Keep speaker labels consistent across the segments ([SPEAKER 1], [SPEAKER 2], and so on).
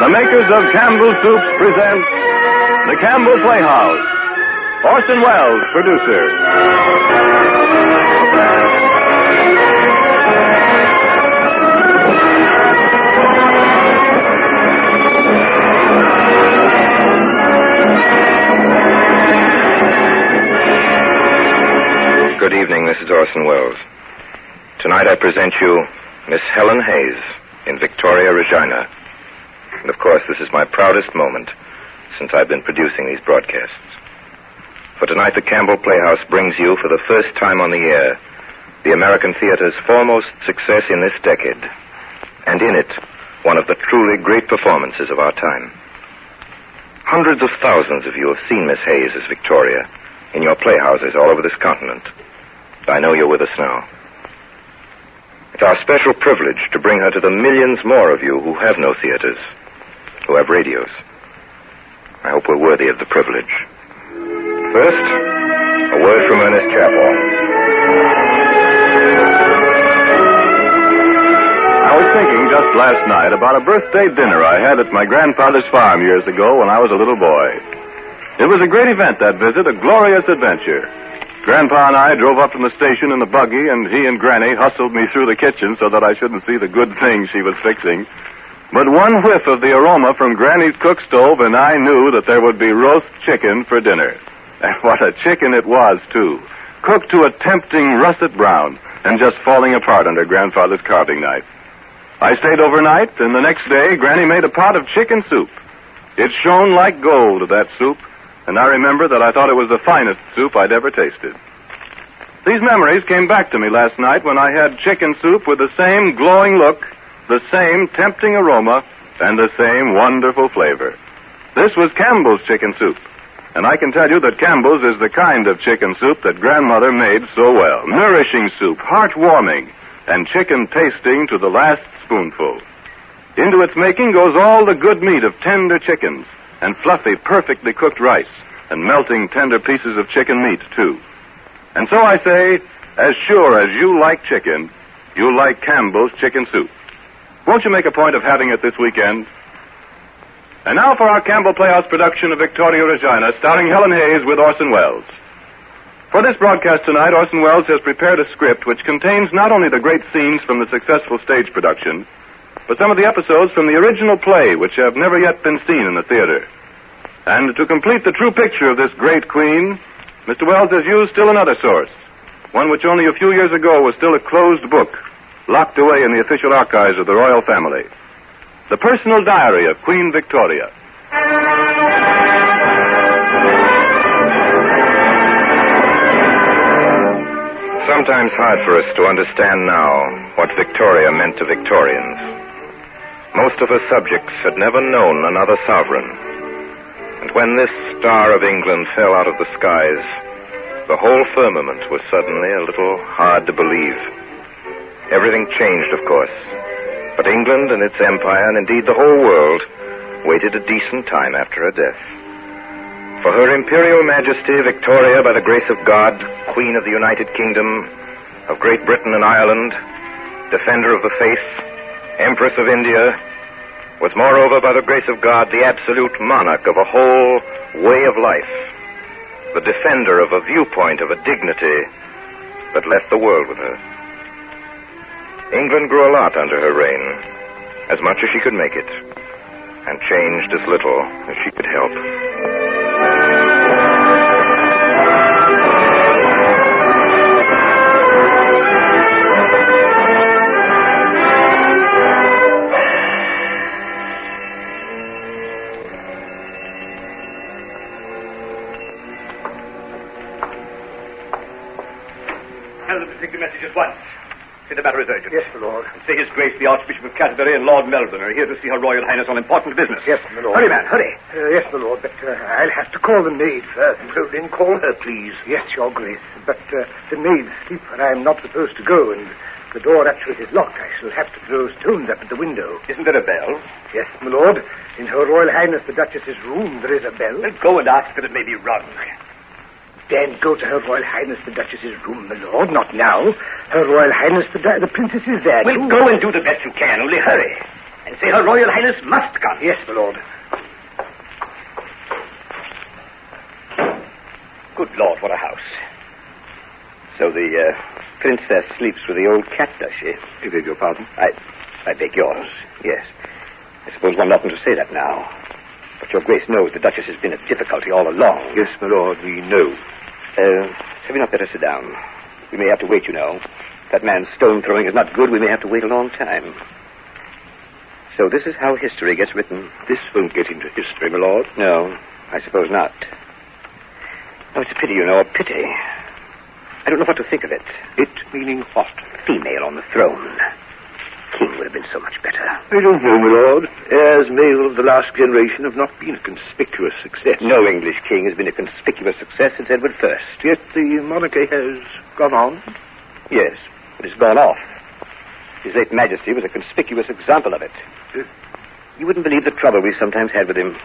[SPEAKER 1] The makers of Campbell Soups present The Campbell Playhouse. Orson Welles, producer.
[SPEAKER 2] Good evening. This is Orson Welles. Tonight I present you Miss Helen Hayes in Victoria Regina. And of course, this is my proudest moment since I've been producing these broadcasts. For tonight, the Campbell Playhouse brings you, for the first time on the air, the American theater's foremost success in this decade. And in it, one of the truly great performances of our time. Hundreds of thousands of you have seen Miss Hayes as Victoria in your playhouses all over this continent. I know you're with us now. It's our special privilege to bring her to the millions more of you who have no theaters, who have radios. I hope we're worthy of the privilege. First, a word from Ernest Chapel.
[SPEAKER 1] I was thinking just last night about a birthday dinner I had at my grandfather's farm years ago when I was a little boy. It was a great event, that visit, a glorious adventure. Grandpa and I drove up from the station in the buggy, and he and Granny hustled me through the kitchen so that I shouldn't see the good things she was fixing. But one whiff of the aroma from Granny's cook stove, and I knew that there would be roast chicken for dinner. And what a chicken it was, too. Cooked to a tempting russet brown, and just falling apart under Grandfather's carving knife. I stayed overnight, and the next day Granny made a pot of chicken soup. It shone like gold, that soup, and I remember that I thought it was the finest soup I'd ever tasted. These memories came back to me last night when I had chicken soup with the same glowing look, the same tempting aroma, and the same wonderful flavor. This was Campbell's chicken soup. And I can tell you that Campbell's is the kind of chicken soup that grandmother made so well. Nourishing soup, heartwarming, and chicken tasting to the last spoonful. Into its making goes all the good meat of tender chickens and fluffy, perfectly cooked rice and melting tender pieces of chicken meat, too. And so I say, as sure as you like chicken, you like Campbell's chicken soup. Won't you make a point of having it this weekend? And now for our Campbell Playhouse production of Victoria Regina, starring Helen Hayes with Orson Welles. For this broadcast tonight, Orson Welles has prepared a script which contains not only the great scenes from the successful stage production, but some of the episodes from the original play which have never yet been seen in the theater. And to complete the true picture of this great queen, Mr. Wells has used still another source, one which only a few years ago was still a closed book, locked away in the official archives of the royal family. The personal diary of Queen Victoria.
[SPEAKER 2] Sometimes hard for us to understand now what Victoria meant to Victorians. Most of her subjects had never known another sovereign. And when this star of England fell out of the skies, the whole firmament was suddenly a little hard to believe. Everything changed, of course. But England and its empire, and indeed the whole world, waited a decent time after her death. For her Imperial Majesty Victoria, by the grace of God, Queen of the United Kingdom, of Great Britain and Ireland, Defender of the Faith, Empress of India, was moreover, by the grace of God, the absolute monarch of a whole way of life, the defender of a viewpoint, of a dignity that left the world with her. England grew a lot under her reign, as much as she could make it, and changed as little as she could help.
[SPEAKER 3] Tell them to take the message at once. Say the matter is urgent.
[SPEAKER 4] Yes, my lord.
[SPEAKER 3] And say His Grace the Archbishop of Canterbury and Lord Melbourne are here to see Her Royal Highness on important business.
[SPEAKER 4] Yes, my lord.
[SPEAKER 3] Hurry, man, hurry.
[SPEAKER 4] Uh, yes, my lord, but uh, I'll have to call the maid first. Rowden, call her, please. Yes, your grace, but uh, the maid's sleep where I am not supposed to go, and the door actually is locked. I shall have to throw stones up at the window.
[SPEAKER 3] Isn't there a bell?
[SPEAKER 4] Yes, my lord. In her royal highness the duchess's room there is a bell.
[SPEAKER 3] Well, go and ask that it may be rung.
[SPEAKER 4] Then go to her royal highness the duchess's room, my lord. Not now. Her royal highness the, du- the princess is there.
[SPEAKER 3] Well,
[SPEAKER 4] too.
[SPEAKER 3] go and do the best you can, only hurry.
[SPEAKER 5] and say Her Royal Highness must come.
[SPEAKER 6] Yes, my lord.
[SPEAKER 5] Good Lord, what a house.
[SPEAKER 3] So the uh, princess sleeps with the old cat, does she?
[SPEAKER 5] You beg your pardon?
[SPEAKER 3] I, I beg yours. Yes. I suppose one oughtn't to say that now. But your grace knows the duchess has been at difficulty all along.
[SPEAKER 5] Yes, my lord, we know.
[SPEAKER 3] Uh, had we not better sit down? We may have to wait, you know. If that man's stone throwing is not good, we may have to wait a long time. So this is how history gets written.
[SPEAKER 5] This won't get into history, my lord.
[SPEAKER 3] No, I suppose not. Oh, it's a pity, you know, a pity. I don't know what to think of it.
[SPEAKER 5] It meaning what?
[SPEAKER 3] Female on the throne. King would have been so much better.
[SPEAKER 5] I don't know, my lord. Heirs male of the last generation have not been a conspicuous success.
[SPEAKER 3] No English king has been a conspicuous success since Edward I.
[SPEAKER 5] Yet the monarchy has gone on.
[SPEAKER 3] Yes, it has gone off. His late Majesty was a conspicuous example of it. You wouldn't believe the trouble we sometimes had with him.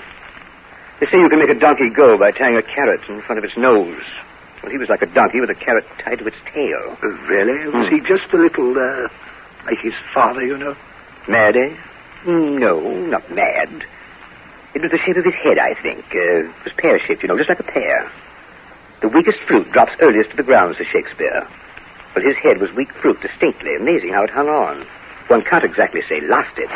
[SPEAKER 3] They say you can make a donkey go by tying a carrot in front of its nose. Well, he was like a donkey with a carrot tied to its tail.
[SPEAKER 5] Uh, Really?
[SPEAKER 4] Mm.
[SPEAKER 5] Was he just a little, uh, like his father, you know?
[SPEAKER 3] Mad, eh? No, not mad. It was the shape of his head, I think. Uh, it was pear shaped, you know, just like a pear. The weakest fruit drops earliest to the ground, says Shakespeare. Well, his head was weak fruit, distinctly. Amazing how it hung on. One can't exactly say lost it.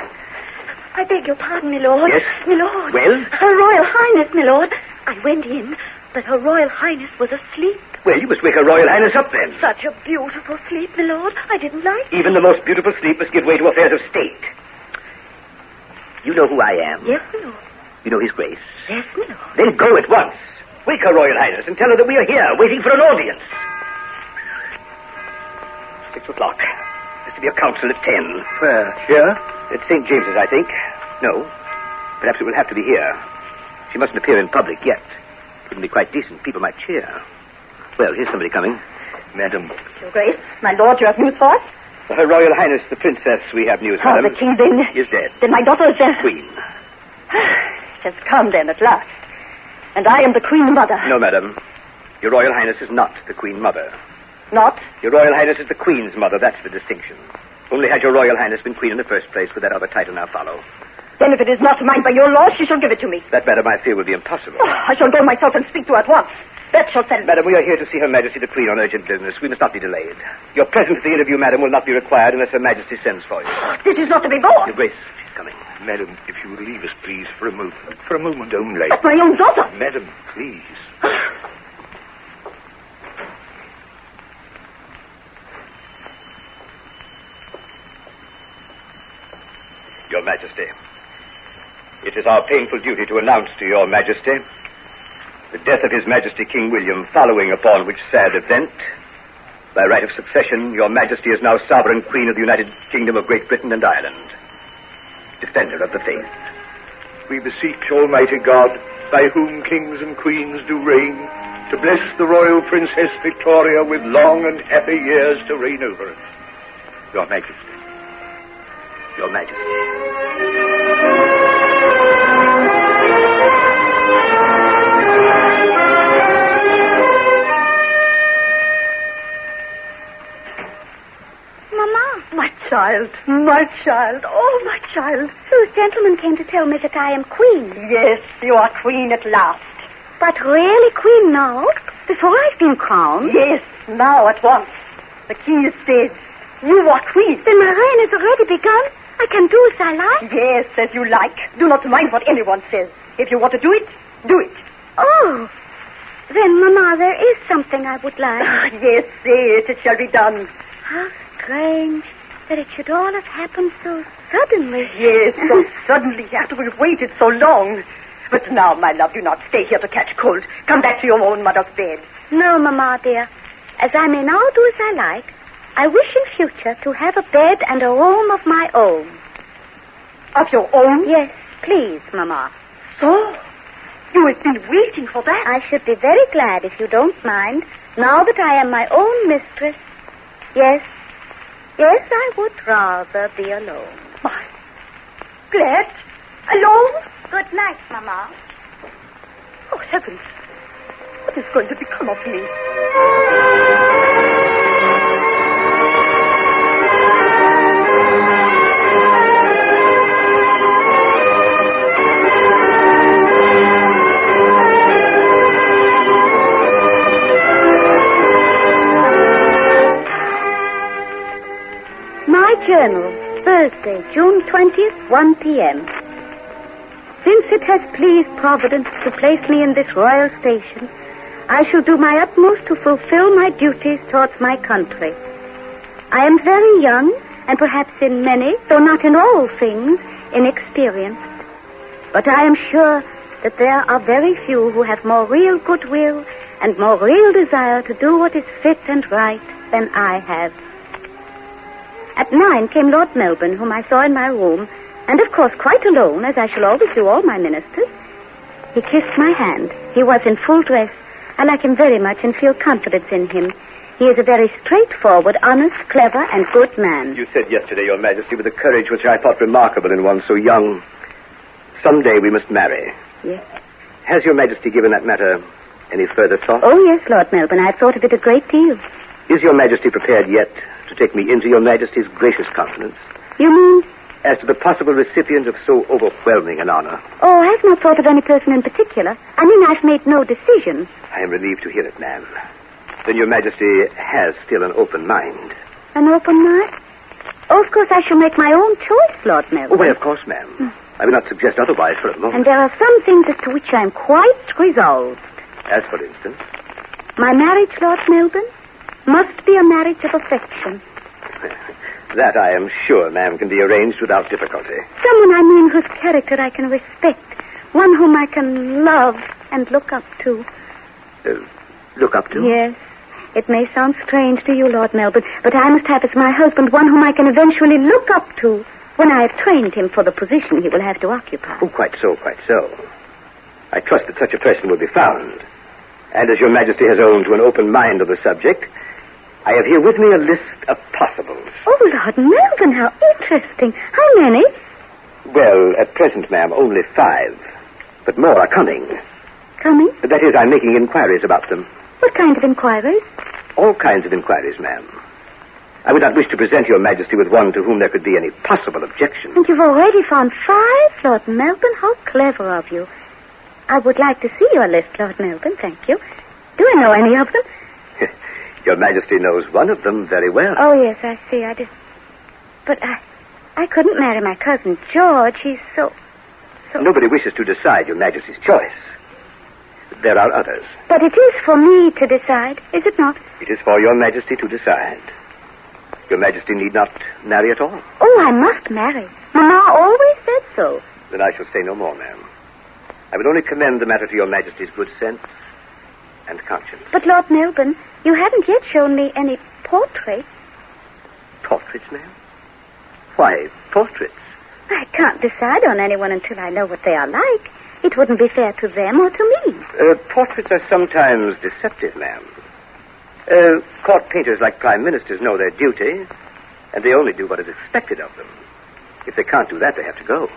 [SPEAKER 7] I beg your pardon, my lord.
[SPEAKER 3] Yes?
[SPEAKER 7] My lord.
[SPEAKER 3] Well?
[SPEAKER 7] Her Royal Highness, my lord. I went in, but Her Royal Highness was asleep.
[SPEAKER 3] Well, you must wake her Royal Highness up then.
[SPEAKER 7] Such a beautiful sleep, my lord. I didn't like it.
[SPEAKER 3] Even the most beautiful sleep must give way to affairs of state. You know who I am.
[SPEAKER 7] Yes, my lord.
[SPEAKER 3] You know His Grace.
[SPEAKER 7] Yes, my lord.
[SPEAKER 3] Then go at once. Wake her Royal Highness and tell her that we are here, waiting for an audience. Six o'clock. There's to be a council at ten.
[SPEAKER 1] Uh,
[SPEAKER 5] Where? Here?
[SPEAKER 3] At St. James's, I think. No. Perhaps it will have to be here. She mustn't appear in public yet. It wouldn't be quite decent. People might cheer. Well, here's somebody coming. Madam. Uh,
[SPEAKER 7] Your Grace, my lord, you have news for us?
[SPEAKER 3] Her Royal Highness, the Princess, we have news,
[SPEAKER 7] Oh,
[SPEAKER 3] madam.
[SPEAKER 7] the king then.
[SPEAKER 3] Is dead.
[SPEAKER 7] Then my daughter is there.
[SPEAKER 3] Queen.
[SPEAKER 7] It has come then at last. And I am the Queen Mother.
[SPEAKER 3] No, madam. Your Royal Highness is not the Queen Mother.
[SPEAKER 7] Not?
[SPEAKER 3] Your Royal Highness is the Queen's mother. That's the distinction. Only had your Royal Highness been Queen in the first place, would that other title now follow.
[SPEAKER 7] Then if it is not mine by your law, she shall give it to me.
[SPEAKER 3] That, madam, I fear will be impossible.
[SPEAKER 7] Oh, I shall go myself and speak to her at once. That shall settle it.
[SPEAKER 3] Madam, we are here to see Her Majesty the Queen on urgent business. We must not be delayed. Your presence at the interview, madam, will not be required unless Her Majesty sends for you.
[SPEAKER 7] This is not to be
[SPEAKER 3] Your
[SPEAKER 7] borne.
[SPEAKER 3] Grace, she's coming.
[SPEAKER 5] Madam, if you will leave us, please, for a moment. For a moment only.
[SPEAKER 7] That's my own daughter.
[SPEAKER 5] Madam, please.
[SPEAKER 3] Your Majesty, it is our painful duty to announce to Your Majesty the death of His Majesty King William, following upon which sad event, by right of succession, Your Majesty is now sovereign Queen of the United Kingdom of Great Britain and Ireland, defender of the faith.
[SPEAKER 5] We beseech Almighty God, by whom kings and queens do reign, to bless the royal Princess Victoria with long and happy years to reign over us.
[SPEAKER 3] Your Majesty. Your Majesty.
[SPEAKER 7] Mamma. My child, my child, oh, my child. Those gentlemen came to tell me that I am queen. Yes, you are queen at last. But really queen now? Before I've been crowned? Yes, now at once. The king is dead. You are queen. Then my reign has already begun. I can do as I like. Yes, as you like. Do not mind what anyone says. If you want to do it, do it. Oh. Then, Mamma, there is something I would like. yes, say it. It shall be done. How strange that it should all have happened so suddenly. Yes, so suddenly after we've waited so long. But now, my love, do not stay here to catch cold. Come back to your own mother's bed. No, Mamma dear. As I may now do as I like, I wish in future to have a bed and a room of my own. Of your own? Yes, please, Mamma. So? You have been waiting for that? I should be very glad if you don't mind, now that I am my own mistress. Yes. Yes, I would rather be alone. My. Glad? Alone? Good night, Mamma. Oh, heavens. What is going to become of me? Thursday, June 20th, 1 p.m. Since it has pleased Providence to place me in this royal station, I shall do my utmost to fulfill my duties towards my country. I am very young, and perhaps in many, though not in all things, inexperienced. But I am sure that there are very few who have more real goodwill and more real desire to do what is fit and right than I have. At nine came Lord Melbourne, whom I saw in my room, and of course quite alone, as I shall always do all my ministers. He kissed my hand. He was in full dress. I like him very much and feel confidence in him. He is a very straightforward, honest, clever, and good man.
[SPEAKER 3] You said yesterday, Your Majesty, with a courage which I thought remarkable in one so young, some day we must marry.
[SPEAKER 7] Yes.
[SPEAKER 3] Has Your Majesty given that matter any further thought?
[SPEAKER 7] Oh, yes, Lord Melbourne, I've thought of it a great deal.
[SPEAKER 3] Is Your Majesty prepared yet to take me into Your Majesty's gracious confidence
[SPEAKER 7] You mean?
[SPEAKER 3] as to the possible recipient of so overwhelming an honor?
[SPEAKER 7] Oh, I've not thought of any person in particular. I mean, I've made no decision.
[SPEAKER 3] I am relieved to hear it, ma'am. Then Your Majesty has still an open mind.
[SPEAKER 7] An open mind? Oh, of course, I shall make my own choice, Lord
[SPEAKER 3] Oh,
[SPEAKER 7] Melbourne.
[SPEAKER 3] well, of course, ma'am. I will not suggest otherwise for a moment.
[SPEAKER 7] And there are some things as to which I am quite resolved.
[SPEAKER 3] As for instance,
[SPEAKER 7] My marriage, Lord Melbourne, must be a marriage of affection.
[SPEAKER 3] that I am sure, ma'am, can be arranged without difficulty.
[SPEAKER 7] Someone, I mean, whose character I can respect. One whom I can love and look up to.
[SPEAKER 3] Uh, Look up to.
[SPEAKER 7] Yes. It may sound strange to you, Lord Melbourne, but I must have as my husband one whom I can eventually look up to when I have trained him for the position he will have to occupy.
[SPEAKER 3] Oh, quite so, quite so. I trust that such a person will be found. And as your majesty has owned to an open mind on the subject, I have here with me a list of possibles.
[SPEAKER 7] Oh, Lord Melbourne, how interesting. How many?
[SPEAKER 3] Well, at present, ma'am, only five. But more are coming.
[SPEAKER 7] Coming?
[SPEAKER 3] That is, I'm making inquiries about them.
[SPEAKER 7] What kind of inquiries?
[SPEAKER 3] All kinds of inquiries, ma'am. I would not wish to present your majesty with one to whom there could be any possible objection.
[SPEAKER 7] And you've already found five, Lord Melbourne. How clever of you. I would like to see your list, Lord Melbourne, thank you. Do I know any of them?
[SPEAKER 3] your majesty knows one of them very well.
[SPEAKER 7] Oh, yes, I see. I did. But I, I couldn't marry my cousin George. He's so. so...
[SPEAKER 3] Nobody wishes to decide your majesty's choice. There are others.
[SPEAKER 7] But it is for me to decide, is it not?
[SPEAKER 3] It is for your majesty to decide. Your majesty need not marry at all.
[SPEAKER 7] Oh, I must marry. Mamma always said so.
[SPEAKER 3] Then I shall say no more, ma'am. I will only commend the matter to your majesty's good sense and conscience.
[SPEAKER 7] But, Lord Melbourne, you haven't yet shown me any portraits.
[SPEAKER 3] Portraits, ma'am? Why, portraits?
[SPEAKER 7] I can't decide on anyone until I know what they are like. It wouldn't be fair to them or to me.
[SPEAKER 3] Uh, portraits are sometimes deceptive, ma'am. Uh, court painters like prime ministers know their duty, and they only do what is expected of them. If they can't do that, they have to go.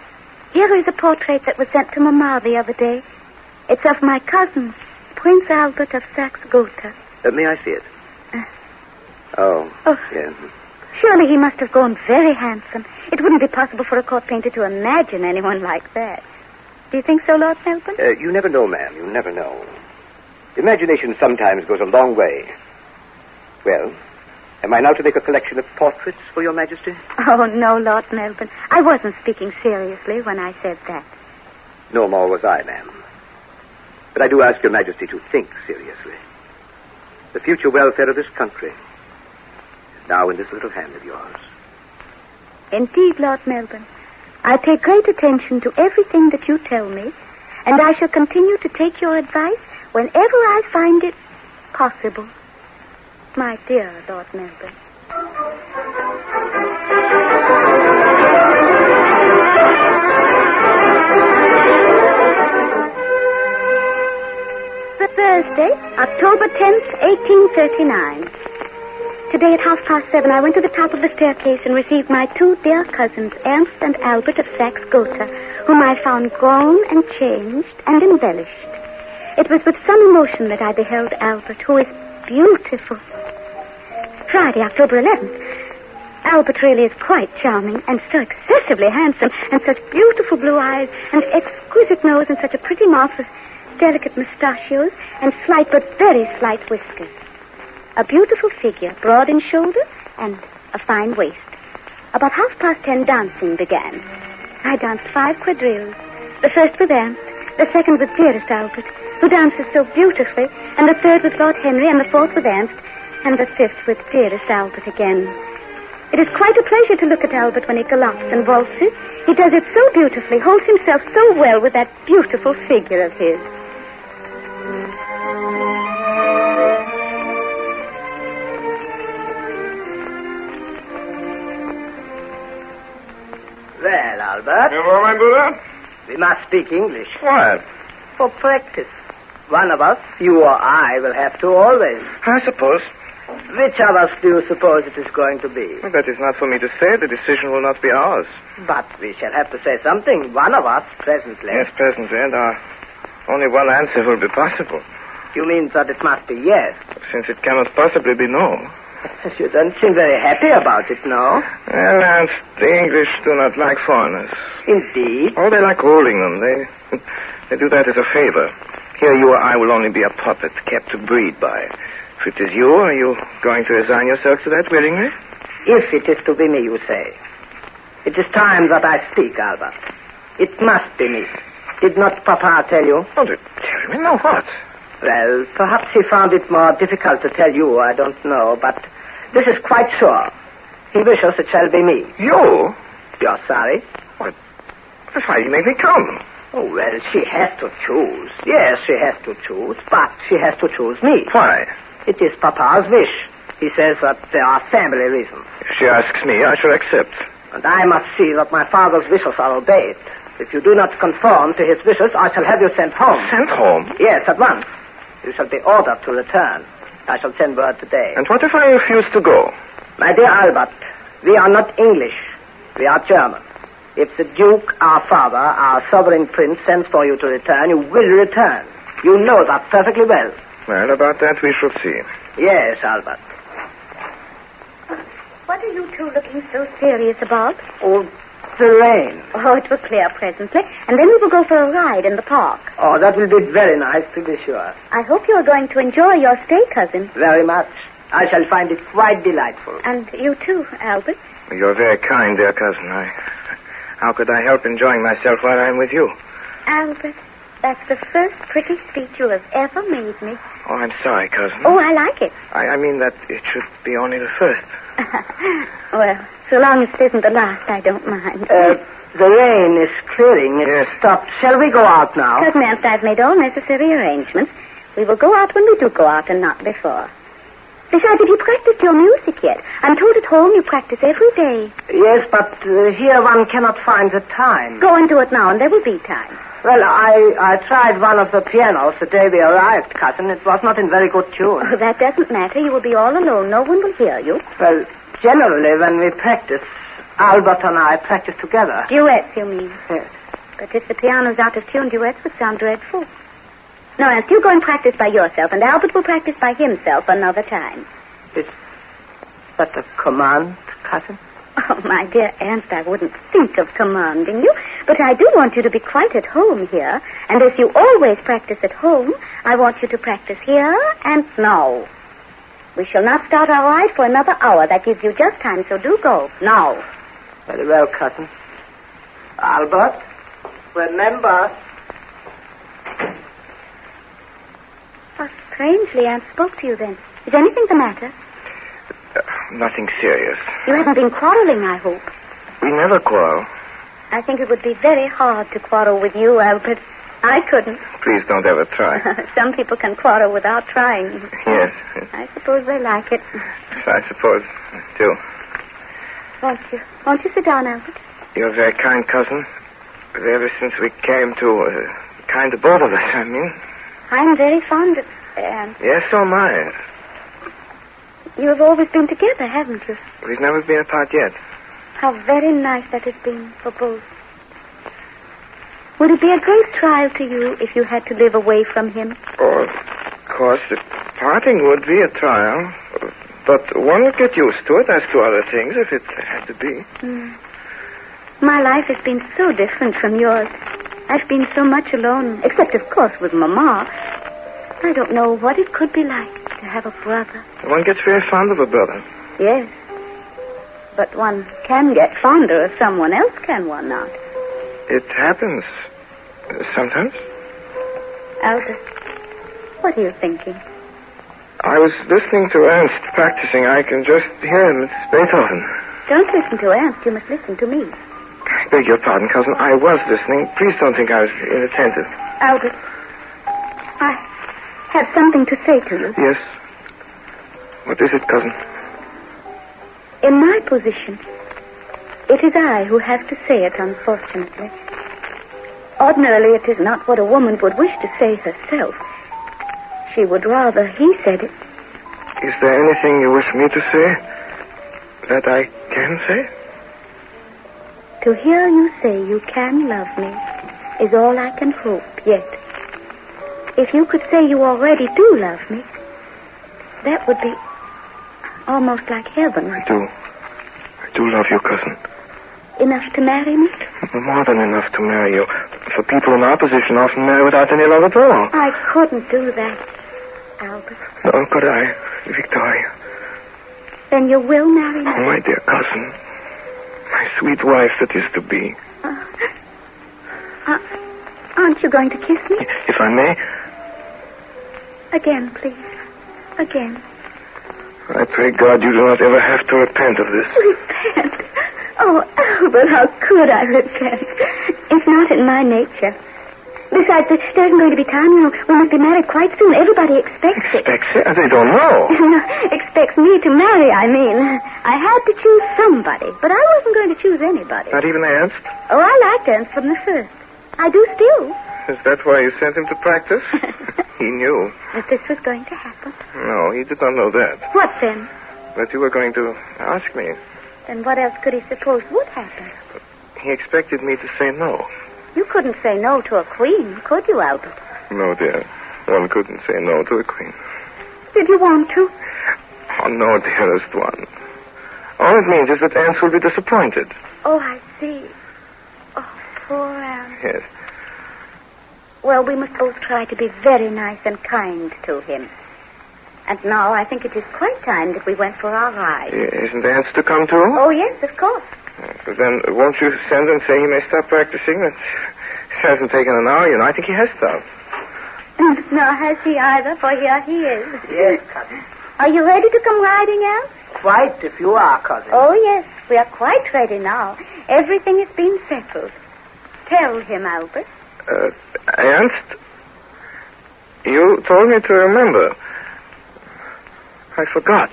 [SPEAKER 7] Here is a portrait that was sent to Mamma the other day. It's of my cousin, Prince Albert of Saxe-Gotha.
[SPEAKER 3] Uh, may I see it?
[SPEAKER 7] Uh.
[SPEAKER 3] Oh,
[SPEAKER 7] Oh.
[SPEAKER 3] yeah.
[SPEAKER 7] Surely he must have grown very handsome. It wouldn't be possible for a court painter to imagine anyone like that. Do you think so, Lord Melbourne?
[SPEAKER 3] Uh, you never know, ma'am. You never know. Imagination sometimes goes a long way. Well, am I now to make a collection of portraits for your majesty?
[SPEAKER 7] Oh, no, Lord Melbourne. I wasn't speaking seriously when I said that.
[SPEAKER 3] No more was I, ma'am. But I do ask your majesty to think seriously. The future welfare of this country is now in this little hand of yours.
[SPEAKER 7] Indeed, Lord Melbourne. I pay great attention to everything that you tell me, and I shall continue to take your advice whenever I find it possible. My dear Lord Melbourne. Thursday, October 10th, 1839. Today at half past seven, I went to the top of the staircase and received my two dear cousins, Ernst and Albert of Saxe-Gotha, whom I found grown and changed and embellished. It was with some emotion that I beheld Albert, who is beautiful. Friday, October 11th. Albert really is quite charming and so excessively handsome and such beautiful blue eyes and exquisite nose and such a pretty mouth with delicate mustachios and slight but very slight whiskers. A beautiful figure, broad in shoulder and a fine waist. About half past ten, dancing began. I danced five quadrilles. The first with Ernst, the second with dearest Albert, who dances so beautifully, and the third with Lord Henry, and the fourth with Ernst, and the fifth with dearest Albert again. It is quite a pleasure to look at Albert when he gallops and waltzes. He does it so beautifully, holds himself so well with that beautiful figure of his.
[SPEAKER 8] Well, Albert,
[SPEAKER 4] my Buddha?
[SPEAKER 8] we must speak English
[SPEAKER 4] What?
[SPEAKER 8] for practice. One of us, you or I, will have to always.
[SPEAKER 4] I suppose.
[SPEAKER 8] Which of us do you suppose it is going to be?
[SPEAKER 4] That is not for me to say. The decision will not be ours.
[SPEAKER 8] But we shall have to say something, one of us, presently.
[SPEAKER 4] Yes, presently, and uh, only one answer will be possible,
[SPEAKER 8] You mean that it must be yes.
[SPEAKER 4] since it cannot possibly be no.
[SPEAKER 8] You don't seem very happy about it, no?
[SPEAKER 4] Well, Hans, the English do not like foreigners.
[SPEAKER 8] Indeed.
[SPEAKER 4] Oh, they like ruling them. They, they do that as a favor. Here, you or I will only be a puppet, kept to breed by. If it is you, are you going to resign yourself to that willingly?
[SPEAKER 8] If it is to be me, you say. It is time that I speak, Albert. It must be me. Did not Papa tell you?
[SPEAKER 4] Oh, to tell me, now what?
[SPEAKER 8] Well, perhaps he found it more difficult to tell you, I don't know, but this is quite sure. He wishes it shall be me.
[SPEAKER 4] You?
[SPEAKER 8] You're sorry?
[SPEAKER 4] That's why you made me come.
[SPEAKER 8] Oh, well, she has to choose. Yes, she has to choose, but she has to choose me.
[SPEAKER 4] Why?
[SPEAKER 8] It is Papa's wish. He says that there are family reasons,
[SPEAKER 4] If she asks me, I shall accept.
[SPEAKER 8] and I must see that my father's wishes are obeyed. If you do not conform to his wishes, I shall have you sent home.
[SPEAKER 4] Sent home.
[SPEAKER 8] Yes, at once. You shall be ordered to return. I shall send word today.
[SPEAKER 4] And what if I refuse to go?
[SPEAKER 8] My dear Albert, we are not English. We are German. If the Duke, our father, our sovereign prince, sends for you to return, you will return. You know that perfectly well.
[SPEAKER 4] Well, about that we shall see.
[SPEAKER 8] Yes, Albert.
[SPEAKER 7] What are you two looking so serious about?
[SPEAKER 8] Oh, the rain.
[SPEAKER 7] Oh, it will clear presently, and then we will go for a ride in the park.
[SPEAKER 8] Oh, that will be very nice, to be sure.
[SPEAKER 7] I hope you are going to enjoy your stay, cousin.
[SPEAKER 8] Very much. I shall find it quite delightful.
[SPEAKER 7] And you too, Albert.
[SPEAKER 4] You're very kind, dear cousin. I, how could I help enjoying myself while I'm with you?
[SPEAKER 7] Albert, that's the first pretty speech you have ever made me.
[SPEAKER 4] Oh, I'm sorry, cousin.
[SPEAKER 7] Oh, I like it.
[SPEAKER 4] I, I mean that it should be only the first.
[SPEAKER 7] well, so long as it isn't the last, I don't mind.
[SPEAKER 8] Uh, the rain is clearing. It
[SPEAKER 4] Yes.
[SPEAKER 8] stopped. Shall we go out now?
[SPEAKER 7] Cousin Ernst, I've made all necessary arrangements. We will go out when we do go out and not before. Besides, have you practiced your music yet? I'm told at home you practice every day.
[SPEAKER 8] Yes, but uh, here one cannot find the time.
[SPEAKER 7] Go and do it now, and there will be time.
[SPEAKER 8] Well, I, I tried one of the pianos the day we arrived, cousin. It was not in very good
[SPEAKER 7] Oh,
[SPEAKER 8] tune.
[SPEAKER 7] that doesn't matter. You will be all alone. No one will hear you.
[SPEAKER 8] well, generally when we practice, Albert and I practice together.
[SPEAKER 7] Duets, you mean.
[SPEAKER 8] Yes.
[SPEAKER 7] But if the piano's out of tune, duets would sound dreadful. No, Ernst, you go and practice by yourself, and Albert will practice by himself another time.
[SPEAKER 8] Is that a command, cousin?
[SPEAKER 7] Oh, my dear Ernst, I wouldn't think of commanding you, but I do want you to be quite at home here. And as you always practice at home, I want you to practice here and now. We shall not start our ride for another hour. That gives you just time, so do go. Now.
[SPEAKER 8] Very well, cousin. Albert, remember.
[SPEAKER 7] How strangely Ernst spoke to you then. Is anything the matter?
[SPEAKER 4] Uh, nothing serious.
[SPEAKER 7] You haven't been quarreling, I hope.
[SPEAKER 4] We never quarrel.
[SPEAKER 7] I think it would be very hard to quarrel with you, Albert. I couldn't.
[SPEAKER 4] Please don't ever try.
[SPEAKER 7] Some people can quarrel without trying.
[SPEAKER 4] yes,
[SPEAKER 7] I suppose they like it.
[SPEAKER 4] I suppose. Do.
[SPEAKER 7] Won't you? Won't you sit down, Albert?
[SPEAKER 4] You're very kind, cousin. Ever since we came to, uh, kind to both of us, I mean.
[SPEAKER 7] I'm very fond of uh, Anne.
[SPEAKER 4] Yes, so am I.
[SPEAKER 7] You have always been together, haven't you?
[SPEAKER 4] We've never been apart yet.
[SPEAKER 7] How very nice that has been for both. Would it be a great trial to you if you had to live away from him?
[SPEAKER 4] Oh, of course, the parting would be a trial. But one would get used to it as to other things if it had to be.
[SPEAKER 7] Hmm. My life has been so different from yours. I've been so much alone, except, of course, with Mama. I don't know what it could be like to have a brother.
[SPEAKER 4] One gets very fond of a brother.
[SPEAKER 7] Yes. But one can get fonder of someone else, can one not?
[SPEAKER 4] It happens. uh, Sometimes.
[SPEAKER 7] Albert, what are you thinking?
[SPEAKER 4] I was listening to Ernst practicing. I can just hear him. It's Beethoven.
[SPEAKER 7] Don't listen to Ernst. You must listen to me.
[SPEAKER 4] I beg your pardon, cousin. I was listening. Please don't think I was inattentive.
[SPEAKER 7] Albert, I have something to say to you.
[SPEAKER 4] Yes. What is it, cousin?
[SPEAKER 7] In my position, it is I who have to say it, unfortunately. Ordinarily, it is not what a woman would wish to say herself. She would rather he said it.
[SPEAKER 4] Is there anything you wish me to say that I can say?
[SPEAKER 7] To hear you say you can love me is all I can hope yet. If you could say you already do love me, that would be almost like heaven.
[SPEAKER 4] I do. I do love you, cousin.
[SPEAKER 7] Enough to marry me?
[SPEAKER 4] More than enough to marry you. For people in our position often marry without any love at all.
[SPEAKER 7] I couldn't do that, Albert.
[SPEAKER 4] Nor could I, Victoria.
[SPEAKER 7] Then you will marry
[SPEAKER 4] Oh,
[SPEAKER 7] me.
[SPEAKER 4] my dear cousin. My sweet wife that is to be.
[SPEAKER 7] Uh, uh, aren't you going to kiss me?
[SPEAKER 4] If I may,
[SPEAKER 7] Again, please. Again.
[SPEAKER 4] I pray God you do not ever have to repent of this.
[SPEAKER 7] Repent. Oh, Albert, how could I repent? It's not in my nature. Besides, there there isn't going to be time. You know, we must be married quite soon. Everybody expects it.
[SPEAKER 4] Expects it? They don't know.
[SPEAKER 7] No, expects me to marry, I mean. I had to choose somebody, but I wasn't going to choose anybody.
[SPEAKER 4] Not even Ernst?
[SPEAKER 7] Oh, I liked Ernst from the first. I do still.
[SPEAKER 4] Is that why you sent him to practice? he knew.
[SPEAKER 7] But this was going to happen.
[SPEAKER 4] No, he did not know that.
[SPEAKER 7] What then?
[SPEAKER 4] That you were going to ask me.
[SPEAKER 7] Then what else could he suppose would happen?
[SPEAKER 4] He expected me to say no.
[SPEAKER 7] You couldn't say no to a queen, could you, Albert?
[SPEAKER 4] No, dear. One couldn't say no to a queen.
[SPEAKER 7] Did you want to?
[SPEAKER 4] Oh, no, dearest one. All it means is that Ernst will be disappointed.
[SPEAKER 7] Oh, I see. Oh, poor Al.
[SPEAKER 4] Yes.
[SPEAKER 7] Well, we must both try to be very nice and kind to him. And now I think it is quite time that we went for our ride.
[SPEAKER 4] Isn't Ernst to come too?
[SPEAKER 7] Oh, yes, of course.
[SPEAKER 4] Then won't you send and say he may stop practicing? It hasn't taken an hour, you know. I think he has stopped.
[SPEAKER 7] Nor has he either, for here he is.
[SPEAKER 8] Yes, cousin.
[SPEAKER 7] Are you ready to come riding, Al?
[SPEAKER 8] Quite if you are, cousin.
[SPEAKER 7] Oh, yes, we are quite ready now. Everything has been settled. Tell him, Albert.
[SPEAKER 4] Uh, Ernst, you told me to remember. I forgot.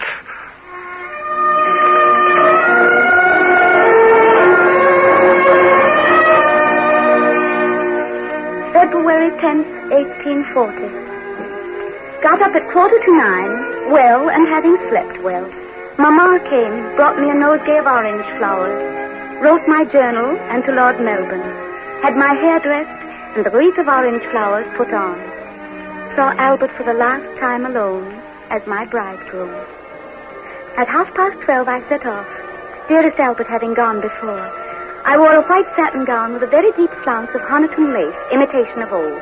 [SPEAKER 7] February 10th, 1840. Got up at quarter to nine, well and having slept well. Mamma came, brought me a nosegay of orange flowers, wrote my journal and to Lord Melbourne, had my hair dressed and the wreath of orange flowers put on. Saw Albert for the last time alone as my bridegroom. At half past twelve, I set off. Dearest Albert having gone before. I wore a white satin gown with a very deep flounce of Honiton lace, imitation of old.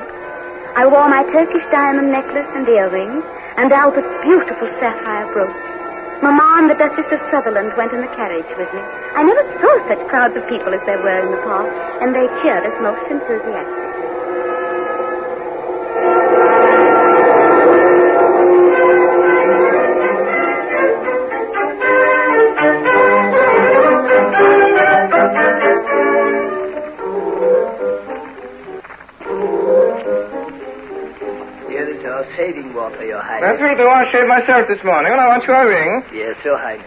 [SPEAKER 7] I wore my Turkish diamond necklace and earrings, and Albert's beautiful sapphire brooch. Mamma and the Duchess of Sutherland went in the carriage with me. I never saw such crowds of people as there were in the park, and they cheered us most enthusiastically.
[SPEAKER 8] Here is your saving water, your
[SPEAKER 4] That's
[SPEAKER 8] highness.
[SPEAKER 4] really the one I shaved myself this morning when I want your ring.
[SPEAKER 8] Yes, your highness.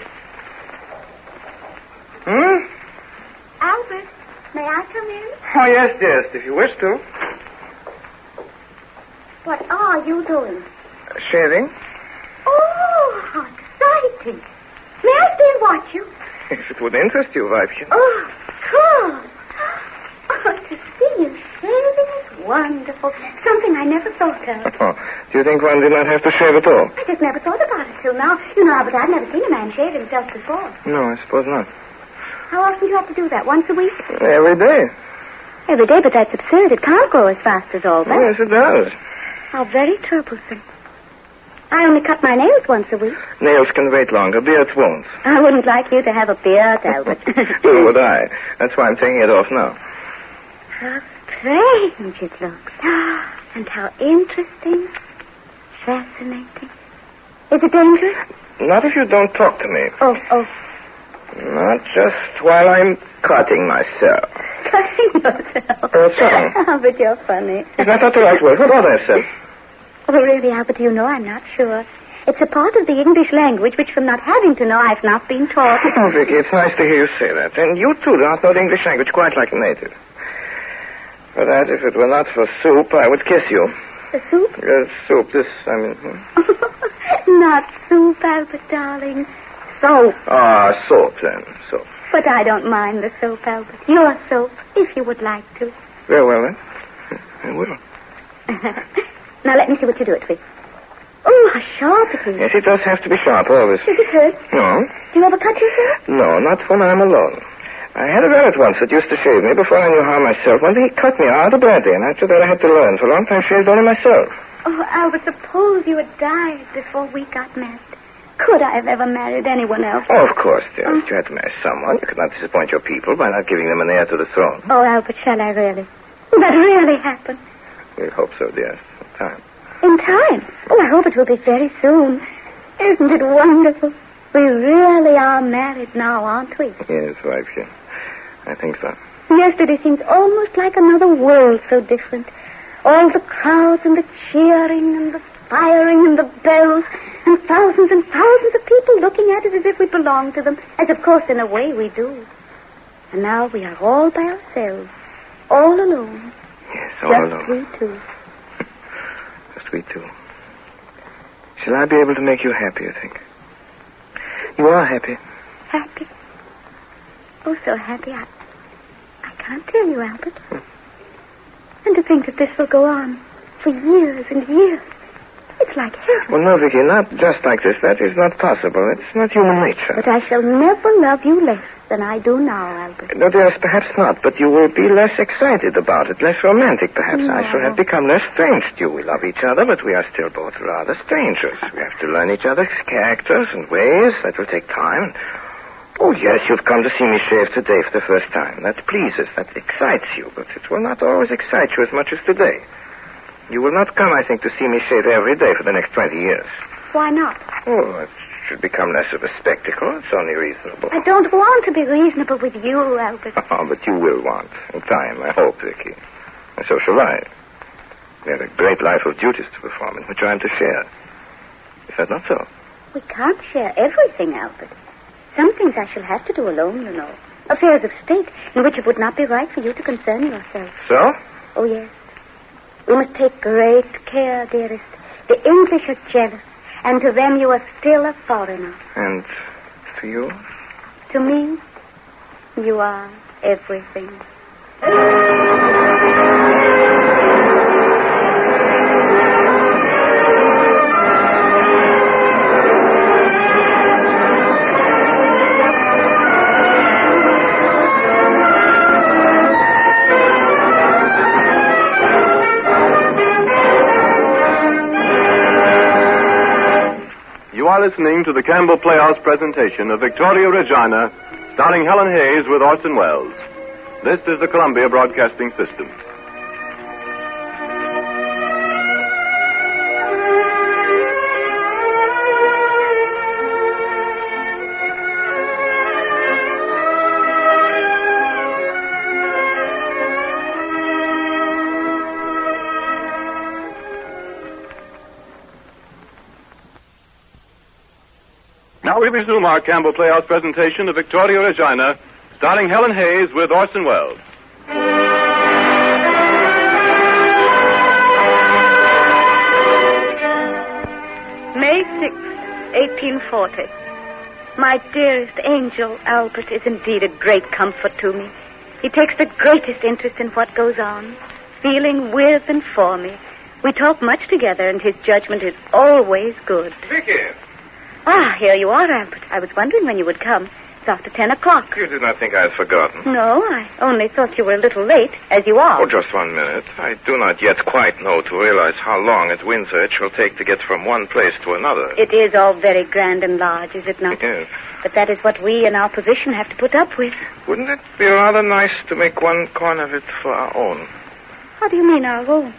[SPEAKER 4] Hmm?
[SPEAKER 7] Albert, may I come in?
[SPEAKER 4] Oh, yes, dearest, if you wish to.
[SPEAKER 7] What are you doing?
[SPEAKER 4] Shaving?
[SPEAKER 7] Oh, how exciting! May I stay and watch you?
[SPEAKER 4] If it would interest you, Vipkin.
[SPEAKER 7] Oh, cool. Oh, to see you shaving is wonderful. Something I never thought of.
[SPEAKER 4] do you think one did not have to shave at all?
[SPEAKER 7] I just never thought about it till now. You know, Albert, I've never seen a man shave himself before.
[SPEAKER 4] No, I suppose not.
[SPEAKER 7] How often do you have to do that? Once a week?
[SPEAKER 4] Every day.
[SPEAKER 7] Every day, but that's
[SPEAKER 4] Oh,
[SPEAKER 7] absurd. It can't grow as fast as all
[SPEAKER 4] Yes, it does.
[SPEAKER 7] How very troublesome. I only cut my nails once a week.
[SPEAKER 4] Nails can wait longer, beards won't.
[SPEAKER 7] I wouldn't like you to have a beard, Albert.
[SPEAKER 4] Nor would I. That's why I'm taking it off now.
[SPEAKER 7] How strange it looks. And how interesting. Fascinating. Is it dangerous?
[SPEAKER 4] Not if you don't talk to me.
[SPEAKER 7] Oh, oh.
[SPEAKER 4] Not just while I'm cutting myself.
[SPEAKER 7] Cutting yourself.
[SPEAKER 4] Oh, sorry.
[SPEAKER 7] Albert, you're funny.
[SPEAKER 4] Is that not the right word? What was I said?
[SPEAKER 7] Oh, really, Albert, you know I'm not sure. It's a part of the English language which, from not having to know, I've not been taught.
[SPEAKER 4] Oh, Vicky, it's nice to hear you say that. And you, too, do not know the English language quite like a native. For that, if it were not for soup, I would kiss you.
[SPEAKER 7] The soup?
[SPEAKER 4] Uh, soup, this, I mean... hmm.
[SPEAKER 7] not soup, Albert, darling. Soap.
[SPEAKER 4] Ah, soap, then. Soap.
[SPEAKER 7] But I don't mind the soap, Albert. Your soap, if you would like to.
[SPEAKER 4] Very well, then. I will.
[SPEAKER 7] now let me see what you do it with. Oh, how sharp it is.
[SPEAKER 4] Yes, it does have to be sharp, always.
[SPEAKER 7] Does it hurt?
[SPEAKER 4] No.
[SPEAKER 7] Do you ever cut yourself?
[SPEAKER 4] No, not when I'm alone. I had a valet once that used to shave me before I knew how myself. One day he cut me rather badly, and after that I had to learn. For a long time, shaved only myself.
[SPEAKER 7] Oh, Albert, suppose you had died before we got married. Could I have ever married anyone else?
[SPEAKER 4] Oh, of course, dear. If you had to marry someone, you could not disappoint your people by not giving them an heir to the throne.
[SPEAKER 7] Oh, Albert, shall I really? Will that really happen?
[SPEAKER 4] We hope so, dear. Time.
[SPEAKER 7] In time. Oh, I hope it will be very soon. Isn't it wonderful? We really are married now, aren't we?
[SPEAKER 4] Yes, wife, yeah. I think so.
[SPEAKER 7] Yesterday seems almost like another world, so different. All the crowds and the cheering and the firing and the bells and thousands and thousands of people looking at us as if we belonged to them, as of course in a way we do. And now we are all by ourselves, all alone,
[SPEAKER 4] Yes, all
[SPEAKER 7] just
[SPEAKER 4] alone.
[SPEAKER 7] we two.
[SPEAKER 4] Just we two. Shall I be able to make you happy, you think? You are happy.
[SPEAKER 7] Happy. Oh, so happy. I, I can't tell you, Albert. And to think that this will go on for years and years. It's like heaven.
[SPEAKER 4] Well, no, Vicky, not just like this. That is not possible. It's not human nature.
[SPEAKER 7] But I shall never love you less than I do now, Albert.
[SPEAKER 4] No, dearest, perhaps not, but you will be less excited about it, less romantic, perhaps. I shall
[SPEAKER 7] No.
[SPEAKER 4] have become less strange to you. We love each other, but we are still both rather strangers. We have to learn each other's characters and ways. That will take time. Oh, yes, you've come to see me shave today for the first time. That pleases, that excites you, but it will not always excite you as much as today. You will not come, I think, to see me shave every day for the next 20 years.
[SPEAKER 7] Why not?
[SPEAKER 4] Oh, it should become less of a spectacle. It's only reasonable.
[SPEAKER 7] I don't want to be reasonable with you, Albert.
[SPEAKER 4] Oh, but you will want. In time, I hope, Vicky. And so shall I. We have a great life of duties to perform in which I am to share. Is that not so?
[SPEAKER 7] We can't share everything, Albert. Some things I shall have to do alone, you know. Affairs of state in which it would not be right for you to concern yourself.
[SPEAKER 4] So?
[SPEAKER 7] Oh, yes. We must take great care, dearest. The English are jealous, and to them you are still a foreigner.
[SPEAKER 4] And to you?
[SPEAKER 7] To me, you are everything.
[SPEAKER 1] You are listening to the Campbell Playhouse presentation of Victoria Regina, starring Helen Hayes with Orson Welles. This is the Columbia Broadcasting System. Now we resume our Campbell Playhouse presentation of Victoria Regina, starring Helen Hayes with Orson Welles.
[SPEAKER 7] May 6th, 1840. My dearest angel, Albert, is indeed a great comfort to me. He takes the greatest interest in what goes on, feeling with and for me. We talk much together, and his judgment is always good.
[SPEAKER 4] Vicky!
[SPEAKER 7] Ah, here you are, Albert. I was wondering when you would come. just after ten o'clock.
[SPEAKER 4] You do not think I have forgotten.
[SPEAKER 7] No, I only thought you were a little late, as you are.
[SPEAKER 4] Oh, just one minute. I do not yet quite know to realize how long at Windsor it shall take to get from one place to another.
[SPEAKER 7] It is all very grand and large, is it not?
[SPEAKER 4] Yes.
[SPEAKER 7] But that is what we in our position have to put up with.
[SPEAKER 4] Wouldn't it be rather nice to make one corner of it for our own?
[SPEAKER 7] How do you mean our own?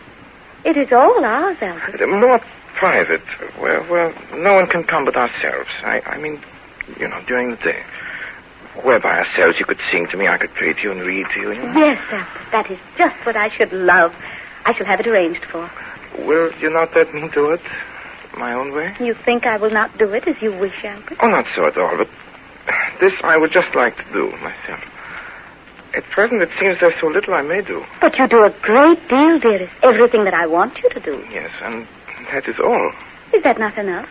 [SPEAKER 7] It is all ours, Albert.
[SPEAKER 4] More Uh, private, where, where no one can come but ourselves. I, I mean, you know, during the day. Where by ourselves you could sing to me, I could play to you and read to you. you know.
[SPEAKER 7] Yes, Albert, that is just what I should love. I shall have it arranged for.
[SPEAKER 4] Will you not let me do it my own way?
[SPEAKER 7] You think I will not do it as you wish, Albert?
[SPEAKER 4] Oh, not so at all, but this I would just like to do myself. At present, it seems there's so little I may do.
[SPEAKER 7] But you do a great deal, dearest. Everything that I want you to do.
[SPEAKER 4] Yes, and that is all.
[SPEAKER 7] Is that not enough?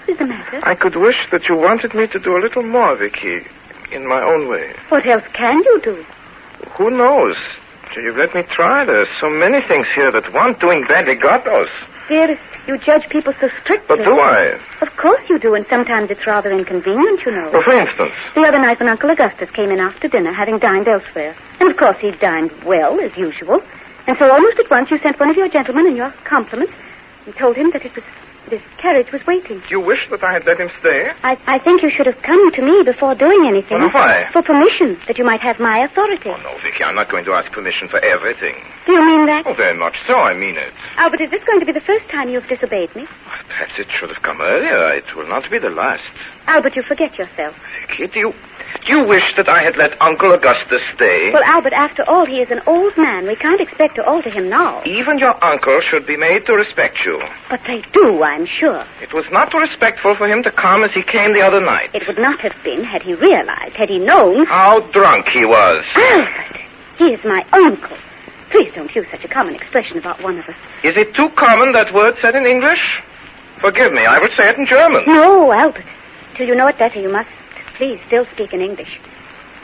[SPEAKER 7] What is the matter?
[SPEAKER 4] I could wish that you wanted me to do a little more, Vicky, in my own way.
[SPEAKER 7] What else can you do?
[SPEAKER 4] Who knows? You've let me try. There's so many things here that want doing badly, God knows.
[SPEAKER 7] Dearest, you judge people so strictly.
[SPEAKER 4] But do I?
[SPEAKER 7] Of course you do, and sometimes it's rather inconvenient, you know.
[SPEAKER 4] Well, for instance,
[SPEAKER 7] The other night when Uncle Augustus came in after dinner, having dined elsewhere. And of course he dined well, as usual. And so almost at once you sent one of your gentlemen in your compliments and told him that it was this carriage was waiting.
[SPEAKER 4] you wish that I had let him stay?
[SPEAKER 7] I, I think you should have come to me before doing anything.
[SPEAKER 4] Well, why?
[SPEAKER 7] For permission, that you might have my authority.
[SPEAKER 4] Oh, no, Vicky, I'm not going to ask permission for everything.
[SPEAKER 7] Do you mean that?
[SPEAKER 4] Oh, very much so, I mean it.
[SPEAKER 7] Albert, is this going to be the first time you've disobeyed me?
[SPEAKER 4] Perhaps it should have come earlier. It will not be the last.
[SPEAKER 7] Albert, you forget yourself.
[SPEAKER 4] Vicky, do you, do you wish that I had let Uncle Augustus stay?
[SPEAKER 7] Well, Albert, after all, he is an old man. We can't expect to alter him now.
[SPEAKER 4] Even your uncle should be made to respect you.
[SPEAKER 7] But they do, I'm sure.
[SPEAKER 4] It was not respectful for him to come as he came the other night.
[SPEAKER 7] It would not have been had he realized, had he known.
[SPEAKER 4] How drunk he was.
[SPEAKER 7] Albert, he is my uncle. Please don't use such a common expression about one of us.
[SPEAKER 4] Is it too common, that word said in English? Forgive me, I will say it in German.
[SPEAKER 7] No, Albert. Till you know it better, you must please still speak in English.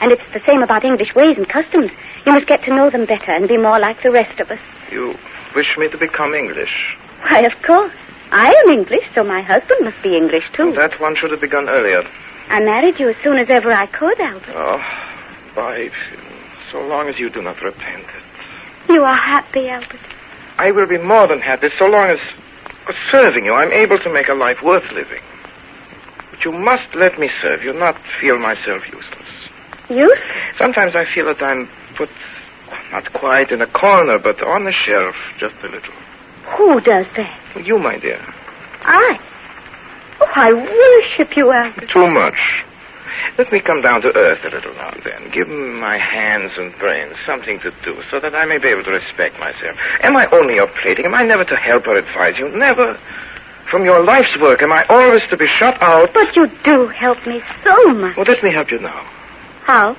[SPEAKER 7] And it's the same about English ways and customs. You must get to know them better and be more like the rest of us.
[SPEAKER 4] You wish me to become English.
[SPEAKER 7] Why, of course. I am English, so my husband must be English, too.
[SPEAKER 4] That one should have begun earlier.
[SPEAKER 7] I married you as soon as ever I could, Albert.
[SPEAKER 4] Oh, by so long as you do not repent it.
[SPEAKER 7] You are happy, Albert.
[SPEAKER 4] I will be more than happy so long as serving you I'm able to make a life worth living. But you must let me serve you, not feel myself useless.
[SPEAKER 7] You?
[SPEAKER 4] Sometimes I feel that I'm put not quite in a corner, but on a shelf, just a little.
[SPEAKER 7] Who does that?
[SPEAKER 4] You, my dear,
[SPEAKER 7] I. Oh, I worship you, Albert.
[SPEAKER 4] too much. Let me come down to earth a little now and then. Give my hands and brains something to do so that I may be able to respect myself. Am I only your plating? Am I never to help or advise you? Never. From your life's work, am I always to be shut out?
[SPEAKER 7] But you do help me so much.
[SPEAKER 4] Well, let me help you now.
[SPEAKER 7] How?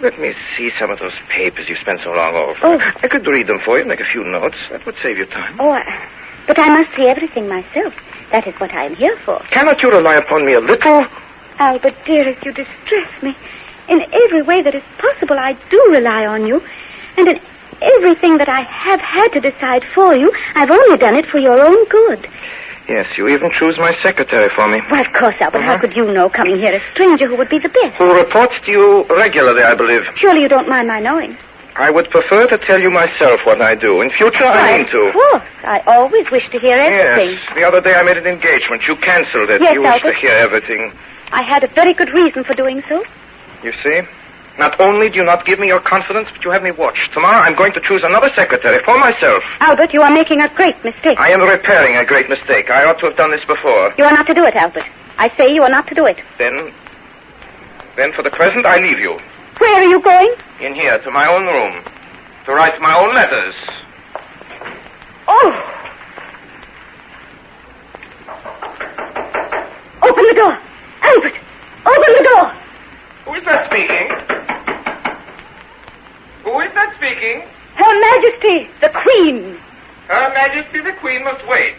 [SPEAKER 4] Let me see some of those papers you spent so long over.
[SPEAKER 7] Oh.
[SPEAKER 4] I could read them for you, make a few notes. That would save you time.
[SPEAKER 7] Oh, I... but I must see everything myself. That is what I am here for.
[SPEAKER 4] Cannot you rely upon me a little?
[SPEAKER 7] Albert, Oh, dearest, you distress me. In every way that is possible, I do rely on you. And in everything that I have had to decide for you, I've only done it for your own good.
[SPEAKER 4] Yes, you even choose my secretary for me,
[SPEAKER 7] Why, of course, Albert, how
[SPEAKER 4] Uh-huh.
[SPEAKER 7] could you know, coming here, a stranger who would be the best?
[SPEAKER 4] who reports to you regularly, I believe.
[SPEAKER 7] Surely you don't mind my knowing.
[SPEAKER 4] I would prefer to tell you myself what I do. In future, I
[SPEAKER 7] Why,
[SPEAKER 4] mean
[SPEAKER 7] Of
[SPEAKER 4] to.
[SPEAKER 7] course. I always wish to hear everything.
[SPEAKER 4] Yes. The other day I made an engagement. You cancelled it.
[SPEAKER 7] Yes,
[SPEAKER 4] you wished to
[SPEAKER 7] Albert.
[SPEAKER 4] hear everything.
[SPEAKER 7] I had a very good reason for doing so.
[SPEAKER 4] You see? Not only do you not give me your confidence, but you have me watched. Tomorrow I'm going to choose another secretary for myself.
[SPEAKER 7] Albert, you are making a great mistake.
[SPEAKER 4] I am repairing a great mistake. I ought to have done this before.
[SPEAKER 7] You are not to do it, Albert. I say you are not to do it.
[SPEAKER 4] Then, then for the present, I leave you.
[SPEAKER 7] Where are you going?
[SPEAKER 4] In here, to my own room. To write my own letters.
[SPEAKER 7] Oh! Open the door! Albert! Open the door!
[SPEAKER 4] Who is that speaking? Who is that speaking?
[SPEAKER 7] Her Majesty, the Queen!
[SPEAKER 4] Her Majesty the Queen must wait.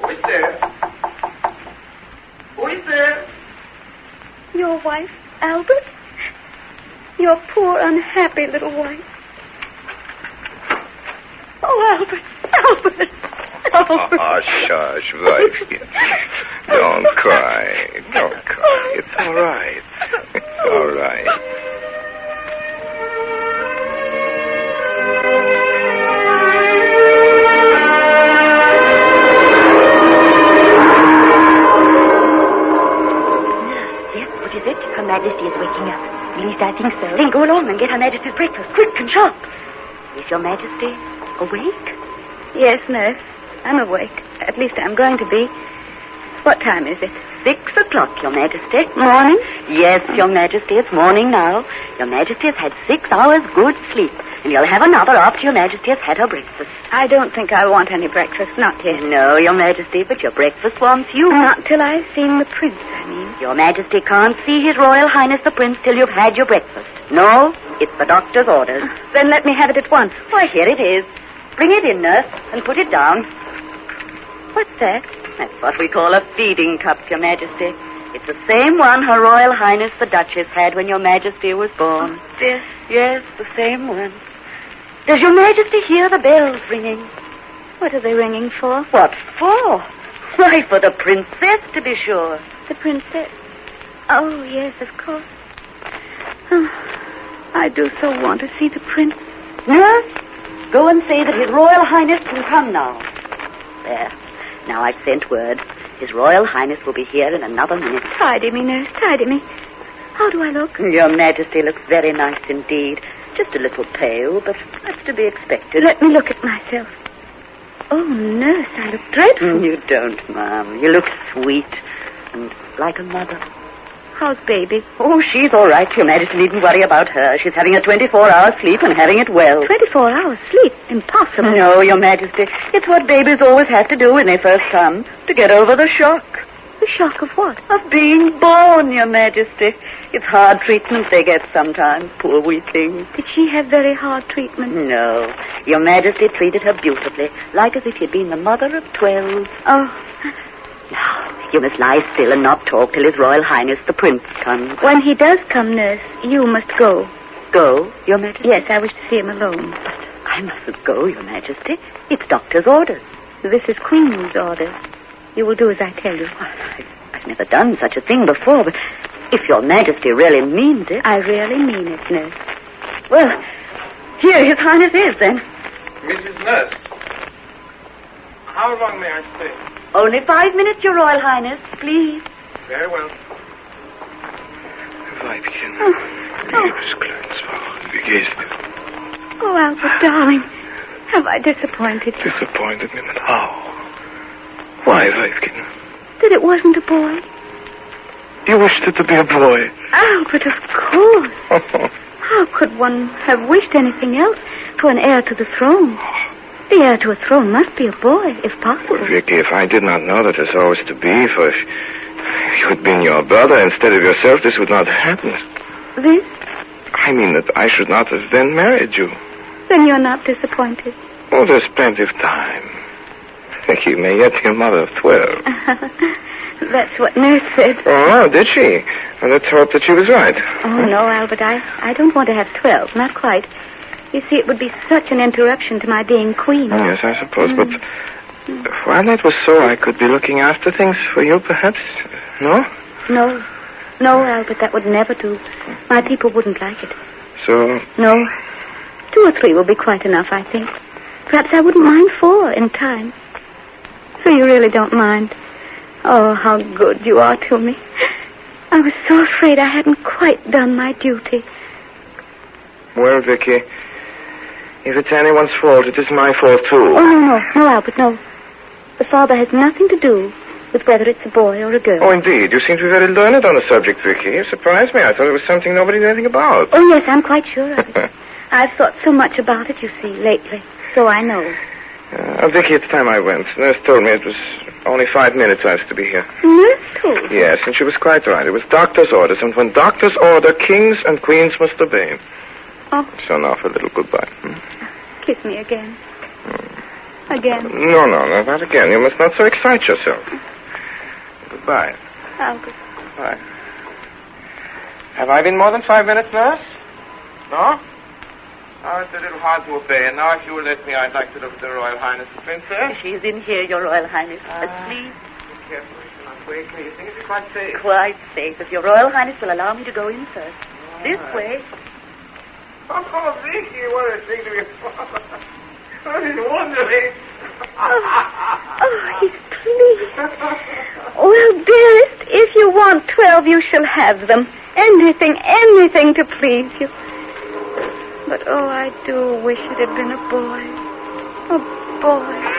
[SPEAKER 4] Who is there? Who is there?
[SPEAKER 7] wife, Albert? Your poor, unhappy little wife. Oh, Albert, Albert, Albert.
[SPEAKER 4] Ah, shush, Vasya. Don't cry. Don't cry. It's all right. It's all right.
[SPEAKER 7] Yes, what is it? Her Majesty is waking up. At least I think so. Then go along and get Her Majesty's breakfast, quick and sharp. Is Your Majesty awake? Yes, nurse. I'm awake. At least I'm going to be. What time is it? Six o'clock, Your Majesty. Morning? Yes, Your Majesty, it's morning now. Your Majesty has had six hours good sleep, and you'll have another after Your Majesty has had her breakfast. I don't think I want any breakfast, not yet. No, Your Majesty, but your breakfast wants you. Not till I've seen the prince, I mean. Your Majesty can't see His Royal Highness the Prince till you've had your breakfast. No, it's the doctor's orders. Then let me have it at once. Why, here it is. Bring it in, nurse, and put it down. What's that? That's what we call a feeding cup, Your Majesty. It's the same one Her Royal Highness the Duchess had when Your Majesty was born. yes, yes, the same one. Does Your Majesty hear the bells ringing? What are they ringing for? What for? Why, for the princess, to be sure. The princess? Oh, yes, of course. Oh, I do so want to see the prince. Nurse, go and say that His Royal Highness can come now. There. Now I've sent word. His Royal Highness will be here in another minute. Tidy me, nurse. Tidy me. How do I look? Your Majesty looks very nice indeed. Just a little pale, but that's to be expected. Let me look at myself. Oh, nurse, I look
[SPEAKER 8] Mm,
[SPEAKER 7] dreadful. Mm, You don't, ma'am. You look sweet and like a mother. How's baby? Oh, she's all right, Your Majesty. Needn't worry about her. She's having a 24-hour sleep and having it well. 24 hours sleep? Impossible. No, Your Majesty. It's what babies always have to do when they first come, to get over the shock. The shock of what? Of being born, Your Majesty. It's hard treatment they get sometimes, poor wee things. Did she have very hard treatment? No. Your Majesty treated her beautifully, like as if she'd been the mother of twelve. Oh. Now, you must lie still and not talk till His Royal Highness the Prince comes. When he does come, nurse, you must go. Go, Your Majesty? Yes, I wish to see him alone. But I mustn't go, Your Majesty. It's doctor's orders. This is Queen's orders. You will do as I tell you. I've, I've never done such a thing before, but if Your Majesty really means it. I really mean it, nurse. Well, here His Highness is, then.
[SPEAKER 9] Mrs. Nurse. How long may I stay?
[SPEAKER 7] Only five minutes, Your Royal Highness, please.
[SPEAKER 9] Very well.
[SPEAKER 4] Weibchen,
[SPEAKER 7] Oh.
[SPEAKER 4] liebes kleines Frauchen, wie geht's dir?
[SPEAKER 7] Oh, Albert, darling, have I disappointed you?
[SPEAKER 4] Disappointed me, but how? Why, Weibchen?
[SPEAKER 7] That it wasn't a boy?
[SPEAKER 4] You wished it to be a boy.
[SPEAKER 7] Albert, of course. How could one have wished anything else for an heir to the throne? The heir to a throne must be a boy, if possible.
[SPEAKER 4] Vicky, if I did not know that it's always to be, for if if you had been your brother instead of yourself, this would not have happened.
[SPEAKER 7] This?
[SPEAKER 4] I mean that I should not have then married you.
[SPEAKER 7] Then you're not disappointed.
[SPEAKER 4] Oh, there's plenty of time. Vicky may yet be a mother of twelve.
[SPEAKER 7] That's what nurse said.
[SPEAKER 4] Oh, did she? Well, let's hope that she was right.
[SPEAKER 7] Oh, no, Albert, I, I don't want to have twelve, not quite. You see, it would be such an interruption to my being queen.
[SPEAKER 4] Oh, yes, I suppose. But while that was so, I could be looking after things for you, perhaps. No?
[SPEAKER 7] No, no, Albert, that would never do. My people wouldn't like it.
[SPEAKER 4] So
[SPEAKER 7] No. Two or three will be quite enough, I think. Perhaps I wouldn't mind four in time. So you really don't mind. Oh, how good you are to me. I was so afraid I hadn't quite done my duty.
[SPEAKER 4] Well, Vicky, if it's anyone's fault, it is my fault too.
[SPEAKER 7] Oh, no, no. No, Albert, no. The father has nothing to do with whether it's a boy or a girl.
[SPEAKER 4] Oh, indeed. You seem to be very learned on the subject, Vicky. You surprised me. I thought it was something nobody knew anything about.
[SPEAKER 7] Oh, yes, I'm quite sure of it. I've thought so much about it, you see, lately. So I know.
[SPEAKER 4] Uh, Vicky, it's time I went. Nurse told me it was only five minutes I was to be here.
[SPEAKER 7] Nurse told you.
[SPEAKER 4] Yes, and she was quite right. It was doctor's orders, and when doctors order, kings and queens must obey.
[SPEAKER 7] Oh,
[SPEAKER 4] So now for a little goodbye. hmm?
[SPEAKER 7] kiss me again. Again.
[SPEAKER 4] No, no, no, not again. You must not so excite yourself. Goodbye.
[SPEAKER 7] Albert.
[SPEAKER 4] Goodbye.
[SPEAKER 9] Have I been more than five minutes, nurse? No? Oh, it's a little hard to obey. And now, if you will let me, I'd like to look at the Royal Highness the Princess.
[SPEAKER 10] She's in here, Your Royal Highness. Asleep,
[SPEAKER 9] Be careful, you cannot wake her. You think it's quite safe.
[SPEAKER 10] quite safe. If Your Royal Highness will allow me to go in first. This way.
[SPEAKER 9] Oh, Vicky, what a thing to be I was wondering.
[SPEAKER 7] Oh, he's pleased. Well, dearest, if you want twelve, you shall have them. Anything, anything to please you. But oh, I do wish it had been a boy. A boy.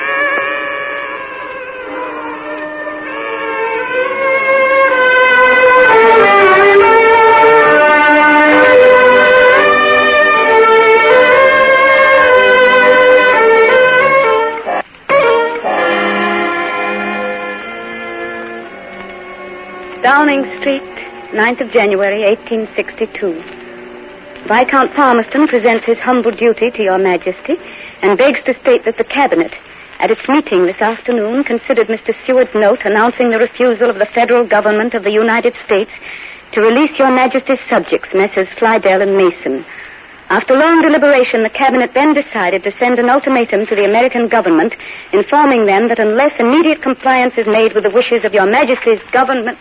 [SPEAKER 7] Downing Street, 9th of January, 1862. Viscount Palmerston presents his humble duty to Your Majesty and begs to state that the Cabinet, at its meeting this afternoon, considered Mr. Seward's note announcing the refusal of the federal government of the United States to release Your Majesty's subjects, Messrs. Slidell and Mason. After long deliberation, the Cabinet then decided to send an ultimatum to the American government informing them that unless immediate compliance is made with the wishes of Your Majesty's government.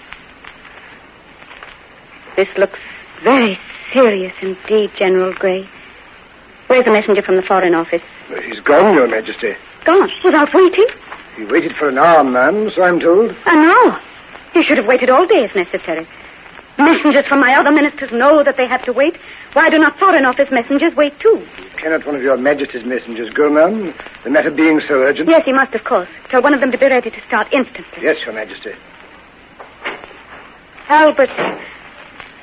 [SPEAKER 7] This looks very serious indeed, General Gray. Where's the messenger from the Foreign Office?
[SPEAKER 6] He's gone, Your Majesty.
[SPEAKER 7] Gone, without waiting?
[SPEAKER 6] He waited for an hour, ma'am, so I'm told.
[SPEAKER 7] I know. He should have waited all day if necessary. Messengers from my other ministers know that they have to wait. Why do not Foreign Office messengers wait too?
[SPEAKER 6] Cannot one of Your Majesty's messengers go, ma'am? The matter being so urgent.
[SPEAKER 7] Yes, he must, of course. Tell one of them to be ready to start instantly.
[SPEAKER 6] Yes, Your Majesty.
[SPEAKER 7] Albert.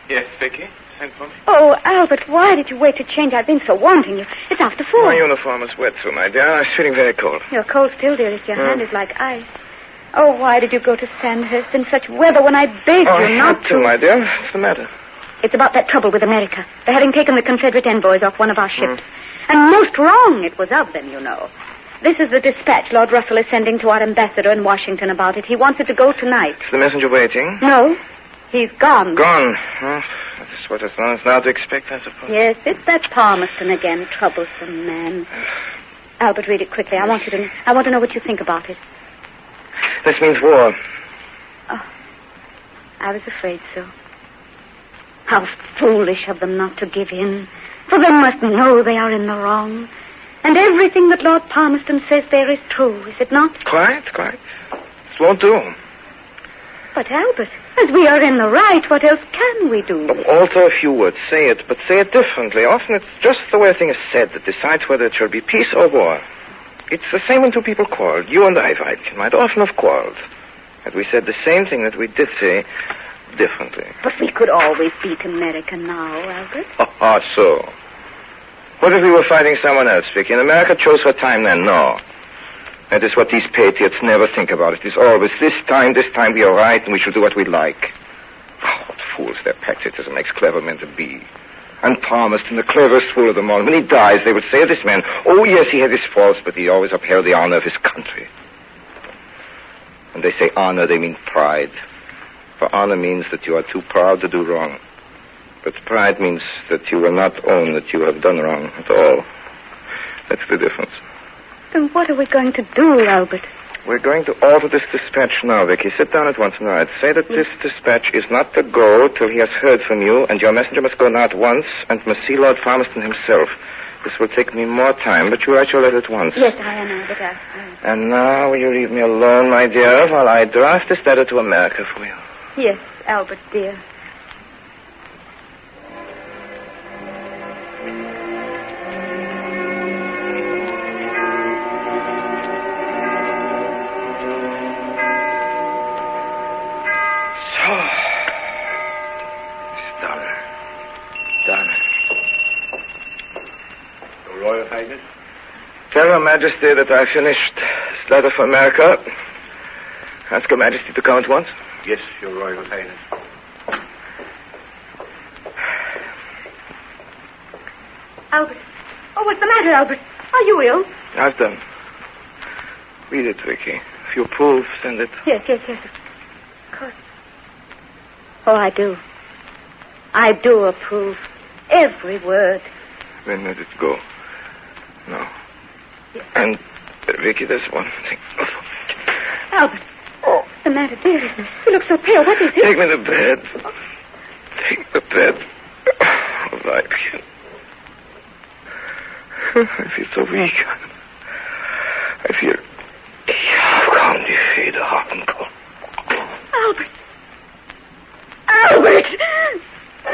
[SPEAKER 9] Yes, Vicky. Send for me.
[SPEAKER 7] Oh, Albert, why did you wait to change? I've been so wanting you. It's after
[SPEAKER 6] Oh.
[SPEAKER 7] four.
[SPEAKER 4] My uniform is wet, so, my dear. I was feeling very cold.
[SPEAKER 7] You're cold still, dearest. Your hand is like ice. Oh, why did you go to Sandhurst in such weather when I begged
[SPEAKER 4] oh, I
[SPEAKER 7] you not
[SPEAKER 4] had to, my dear. What's the matter?
[SPEAKER 7] It's about that trouble with America. They're having taken the Confederate envoys off one of our ships.
[SPEAKER 4] Hmm.
[SPEAKER 7] And most wrong it was of them, you know. This is the dispatch Lord Russell is sending to our ambassador in Washington about it. He wants it to go tonight.
[SPEAKER 4] Is the messenger waiting?
[SPEAKER 7] No, he's gone.
[SPEAKER 4] Gone. Huh? That's what as long as now to expect, I suppose.
[SPEAKER 7] Yes, it's that Palmerston again, troublesome man. Albert, read it quickly. I want you to. I want to know what you think about it.
[SPEAKER 4] This means war.
[SPEAKER 7] Oh, I was afraid so. How foolish of them not to give in, for they must know they are in the wrong. And everything that Lord Palmerston says there is true, is it not?
[SPEAKER 4] Quiet, quiet. This won't do.
[SPEAKER 7] But, Albert, as we are in the right, what else can we do?
[SPEAKER 4] Alter a few words. Say it, but say it differently. Often it's just the way a thing is said that decides whether it shall be peace or war. It's the same when two people quarreled. You and I, Weidchen, might often have quarreled. Had we said the same thing that we did say differently.
[SPEAKER 7] But we could always beat America now, Albert.
[SPEAKER 4] Ah, so. What if we were fighting someone else, Vicky? And America chose her time then? No. That is what these patriots never think about. It is always this time, this time we are right, and we shall do what we like. Oh, what fools their patriotism makes clever men to be. And Palmerston, the cleverest fool of them all, when he dies, they would say of this man, oh, yes, he had his faults, but he always upheld the honor of his country. When they say honor, they mean pride. For honor means that you are too proud to do wrong. But pride means that you will not own that you have done wrong at all. That's the difference.
[SPEAKER 7] Then what are we going to do, Albert?
[SPEAKER 4] We're going to alter this dispatch now, Vicky. Sit down at once now. I'd say that this dispatch is not to go till he has heard from you, and your messenger must go now at once and must see Lord Palmerston himself. This will take me more time, but you write your letter at once.
[SPEAKER 7] Yes, I uh, am, Albert. I, I...
[SPEAKER 4] And now will you leave me alone, my dear, while I draft this letter to America for you?
[SPEAKER 7] Yes, Albert, dear.
[SPEAKER 4] So, it's done. Done.
[SPEAKER 5] Your Royal Highness?
[SPEAKER 4] Tell Her Majesty that I finished this letter for America. Ask Her Majesty to come at once.
[SPEAKER 5] Yes, Your Royal Highness.
[SPEAKER 7] Albert. Oh, what's the matter, Albert? Are you ill?
[SPEAKER 4] I've done. Read it, Vicky. If you approve, send it.
[SPEAKER 7] Yes, yes, yes. Of course. Oh, I do. I do approve. Every word.
[SPEAKER 11] Then let it go. No. And, uh, Vicky, there's one thing.
[SPEAKER 12] Albert. Oh. What's the matter, dear? You look so pale. What is it?
[SPEAKER 11] Take me to bed. Take the bed. All right, Vicky. I feel so weak. I feel... I've gone defeat, Hartman.
[SPEAKER 12] Albert. Albert!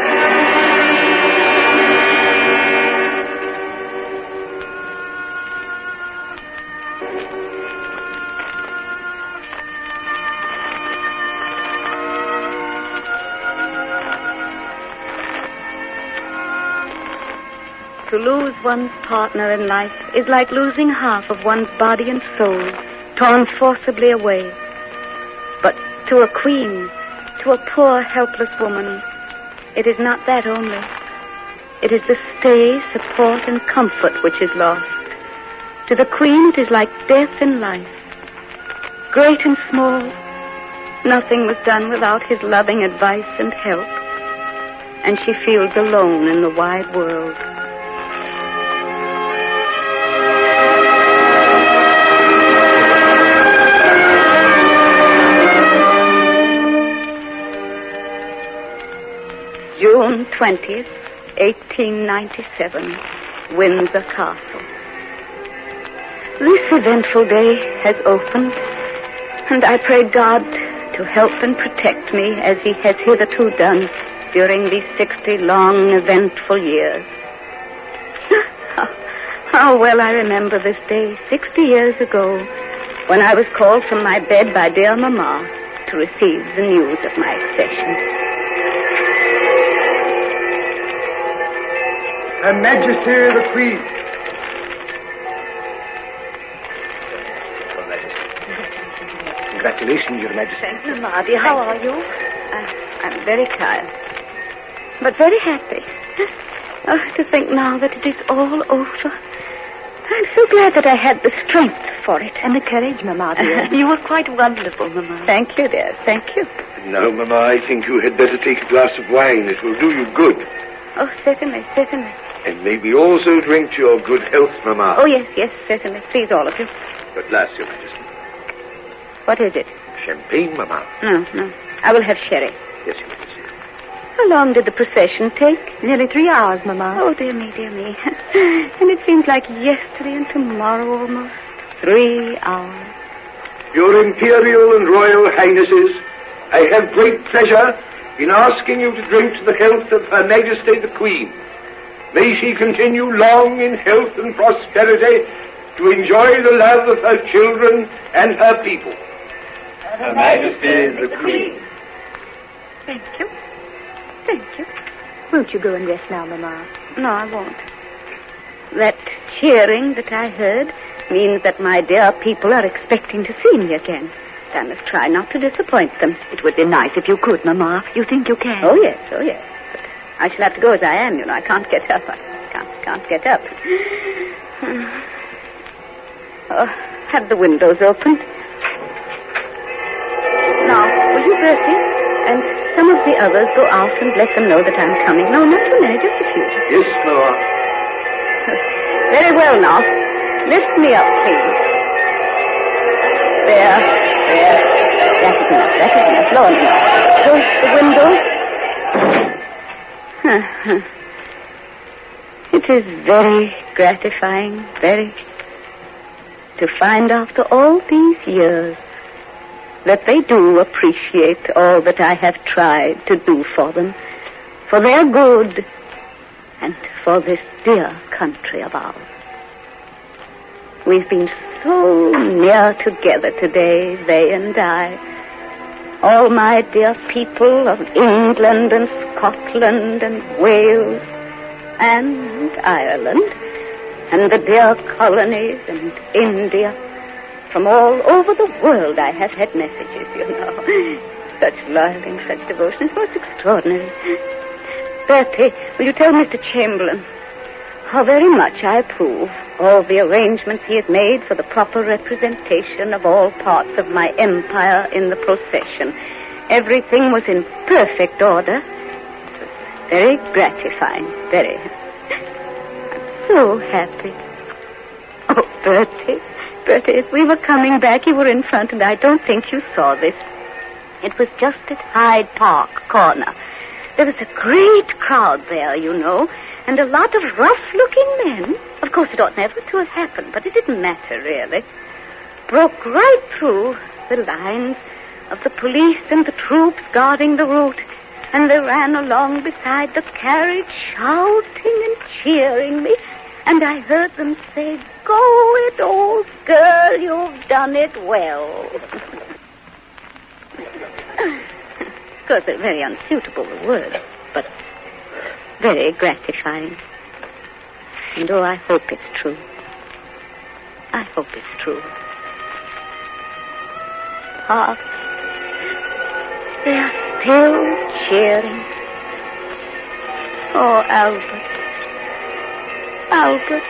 [SPEAKER 7] To lose one's partner in life is like losing half of one's body and soul, torn forcibly away. But to a queen, to a poor, helpless woman, it is not that only. It is the stay, support, and comfort which is lost. To the queen, it is like death in life. Great and small, nothing was done without his loving advice and help. And she feels alone in the wide world. June 20th, 1897, Windsor Castle. This eventful day has opened, and I pray God to help and protect me as He has hitherto done during these 60 long, eventful years. how, how well I remember this day 60 years ago when I was called from my bed by dear Mamma to receive the news of my accession.
[SPEAKER 1] Her Majesty the Queen.
[SPEAKER 13] Your Majesty.
[SPEAKER 1] Congratulations, Your Majesty.
[SPEAKER 7] Thank you, Mardy. How are you? I, I'm very tired, but very happy. Oh, to think now that it is all over. I'm so glad that I had the strength for it.
[SPEAKER 8] And the courage, Mamma, dear. you were quite wonderful, Mamma.
[SPEAKER 7] Thank you, dear. Thank you.
[SPEAKER 4] Now, Mamma, I think you had better take a glass of wine. It will do you good.
[SPEAKER 7] Oh, certainly, certainly.
[SPEAKER 4] And maybe also drink to your good health, Mamma.
[SPEAKER 7] Oh, yes, yes, certainly. Please, all of you.
[SPEAKER 4] But glass, Your Majesty.
[SPEAKER 7] What is it?
[SPEAKER 4] Champagne, Mamma.
[SPEAKER 7] No, no. I will have sherry.
[SPEAKER 4] Yes, Your Majesty.
[SPEAKER 7] How long did the procession take?
[SPEAKER 8] Nearly three hours, Mamma.
[SPEAKER 7] Oh, dear me, dear me. and it seems like yesterday and tomorrow almost. Three hours.
[SPEAKER 4] Your Imperial and Royal Highnesses, I have great pleasure in asking you to drink to the health of Her Majesty the Queen. May she continue long in health and prosperity to enjoy the love of her children and her people.
[SPEAKER 13] Her Majesty the Queen.
[SPEAKER 8] Thank you. Thank you. Won't you go and rest now, Mamma?
[SPEAKER 7] No, I won't. That cheering that I heard means that my dear people are expecting to see me again. I must try not to disappoint them.
[SPEAKER 8] It would be nice if you could, Mamma. You think you can?
[SPEAKER 7] Oh, yes, oh, yes. But I shall have to go as I am, you know. I can't get up. I can't, can't get up. Oh, have the windows open. Now, will you, Bertie, and some of the others go out and let them know that I'm coming? No, not too many, just a few.
[SPEAKER 4] Yes, Mamma.
[SPEAKER 7] Very well, now. Lift me up, please. There, there. That is enough, that is enough. Lower me. Close the window. Huh. it is very gratifying, very, to find after all these years that they do appreciate all that I have tried to do for them, for their good, and for this dear country of ours. We've been so near together today, they and I. All my dear people of England and Scotland and Wales and Ireland and the dear colonies and India. From all over the world I have had messages, you know. Such love and such devotion is most extraordinary. Bertie, will you tell Mr. Chamberlain how very much I approve all the arrangements he has made for the proper representation of all parts of my empire in the procession. Everything was in perfect order. It was Very gratifying. Very. I'm so happy. Oh, Bertie. Bertie, if we were coming back, you were in front, and I don't think you saw this. It was just at Hyde Park Corner. There was a great crowd there, you know, and a lot of rough-looking men. Of course, it ought never to have happened, but it didn't matter, really. Broke right through the lines of the police and the troops guarding the route, and they ran along beside the carriage, shouting and cheering me, and I heard them say, Go it, old girl, you've done it well. Of course, they're very unsuitable, the word, but very gratifying. And oh, I hope it's true. I hope it's true. Hearts, they are still cheering. Oh, Albert, Albert,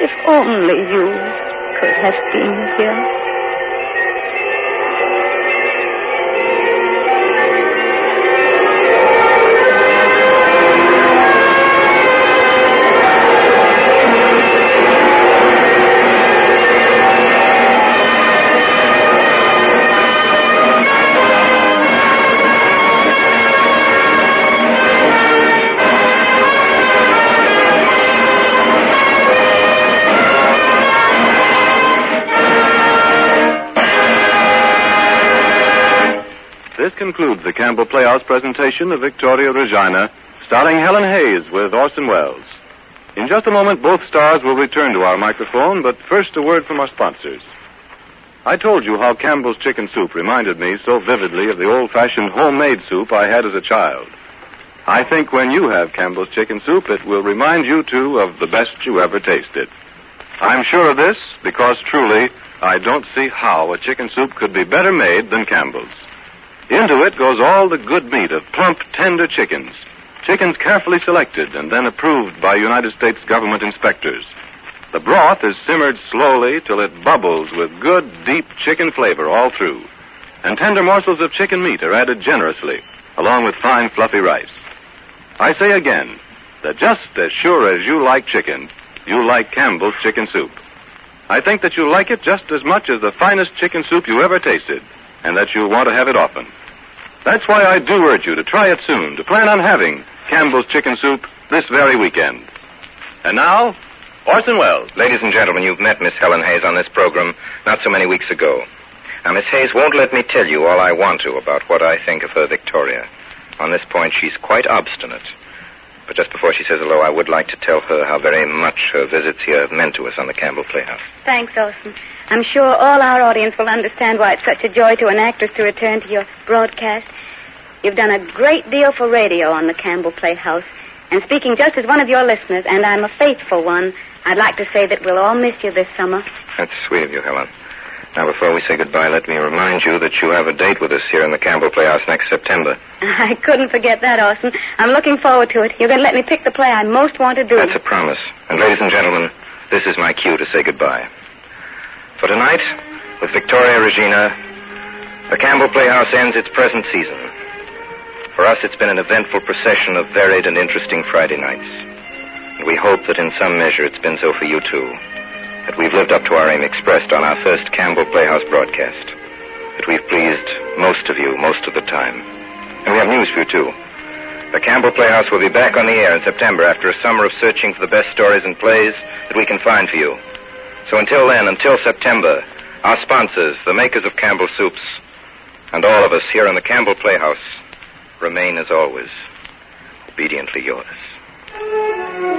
[SPEAKER 7] if only you could have been here.
[SPEAKER 1] This concludes the Campbell Playhouse presentation of Victoria Regina, starring Helen Hayes with Orson Welles. In just a moment, both stars will return to our microphone, but first a word from our sponsors. I told you how Campbell's chicken soup reminded me so vividly of the old-fashioned homemade soup I had as a child. I think when you have Campbell's chicken soup, it will remind you, too, of the best you ever tasted. I'm sure of this because truly, I don't see how a chicken soup could be better made than Campbell's. Into it goes all the good meat of plump, tender chickens. Chickens carefully selected and then approved by United States government inspectors. The broth is simmered slowly till it bubbles with good, deep chicken flavor all through. And tender morsels of chicken meat are added generously, along with fine, fluffy rice. I say again that just as sure as you like chicken, you like Campbell's chicken soup. I think that you like it just as much as the finest chicken soup you ever tasted, and that you'll want to have it often. That's why I do urge you to try it soon, to plan on having Campbell's chicken soup this very weekend. And now, Orson Welles.
[SPEAKER 4] Ladies and gentlemen, you've met Miss Helen Hayes on this program not so many weeks ago. Now, Miss Hayes won't let me tell you all I want to about what I think of her Victoria. On this point, she's quite obstinate. But just before she says hello, I would like to tell her how very much her visits here have meant to us on the Campbell Playhouse.
[SPEAKER 7] Thanks, Orson. I'm sure all our audience will understand why it's such a joy to an actress to return to your broadcast. You've done a great deal for radio on the Campbell Playhouse. And speaking just as one of your listeners, and I'm a faithful one, I'd like to say that we'll all miss you this summer.
[SPEAKER 4] That's sweet of you, Helen. Now, before we say goodbye, let me remind you that you have a date with us here in the Campbell Playhouse next September.
[SPEAKER 7] I couldn't forget that, Orson. I'm looking forward to it. You're going to let me pick the play I most want to do.
[SPEAKER 4] That's a promise. And, ladies and gentlemen, this is my cue to say goodbye. For tonight, with Victoria Regina, the Campbell Playhouse ends its present season. For us, it's been an eventful procession of varied and interesting Friday nights. And we hope that in some measure it's been so for you too. That we've lived up to our aim expressed on our first Campbell Playhouse broadcast. That we've pleased most of you most of the time. And we have news for you too. The Campbell Playhouse will be back on the air in September after a summer of searching for the best stories and plays that we can find for you. So until then, until September, our sponsors, the makers of Campbell Soups, and all of us here in the Campbell Playhouse remain, as always, obediently yours.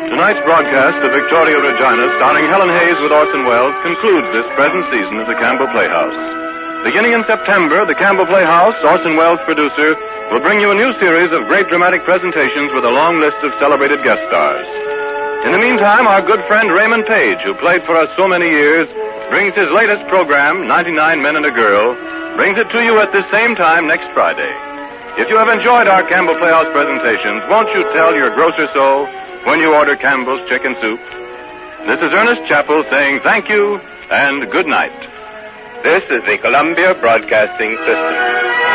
[SPEAKER 1] Tonight's broadcast of Victoria Regina, starring Helen Hayes with Orson Welles, concludes this present season of the Campbell Playhouse. Beginning in September, the Campbell Playhouse, Orson Welles producer, will bring you a new series of great dramatic presentations with a long list of celebrated guest stars. In the meantime, our good friend Raymond Page, who played for us so many years, brings his latest program, 99 Men and a Girl, brings it to you at this same time next Friday. If you have enjoyed our Campbell Playhouse presentations, won't you tell your grocer so when you order Campbell's chicken soup? This is Ernest Chappell saying thank you and good night.
[SPEAKER 14] This is the Columbia Broadcasting System.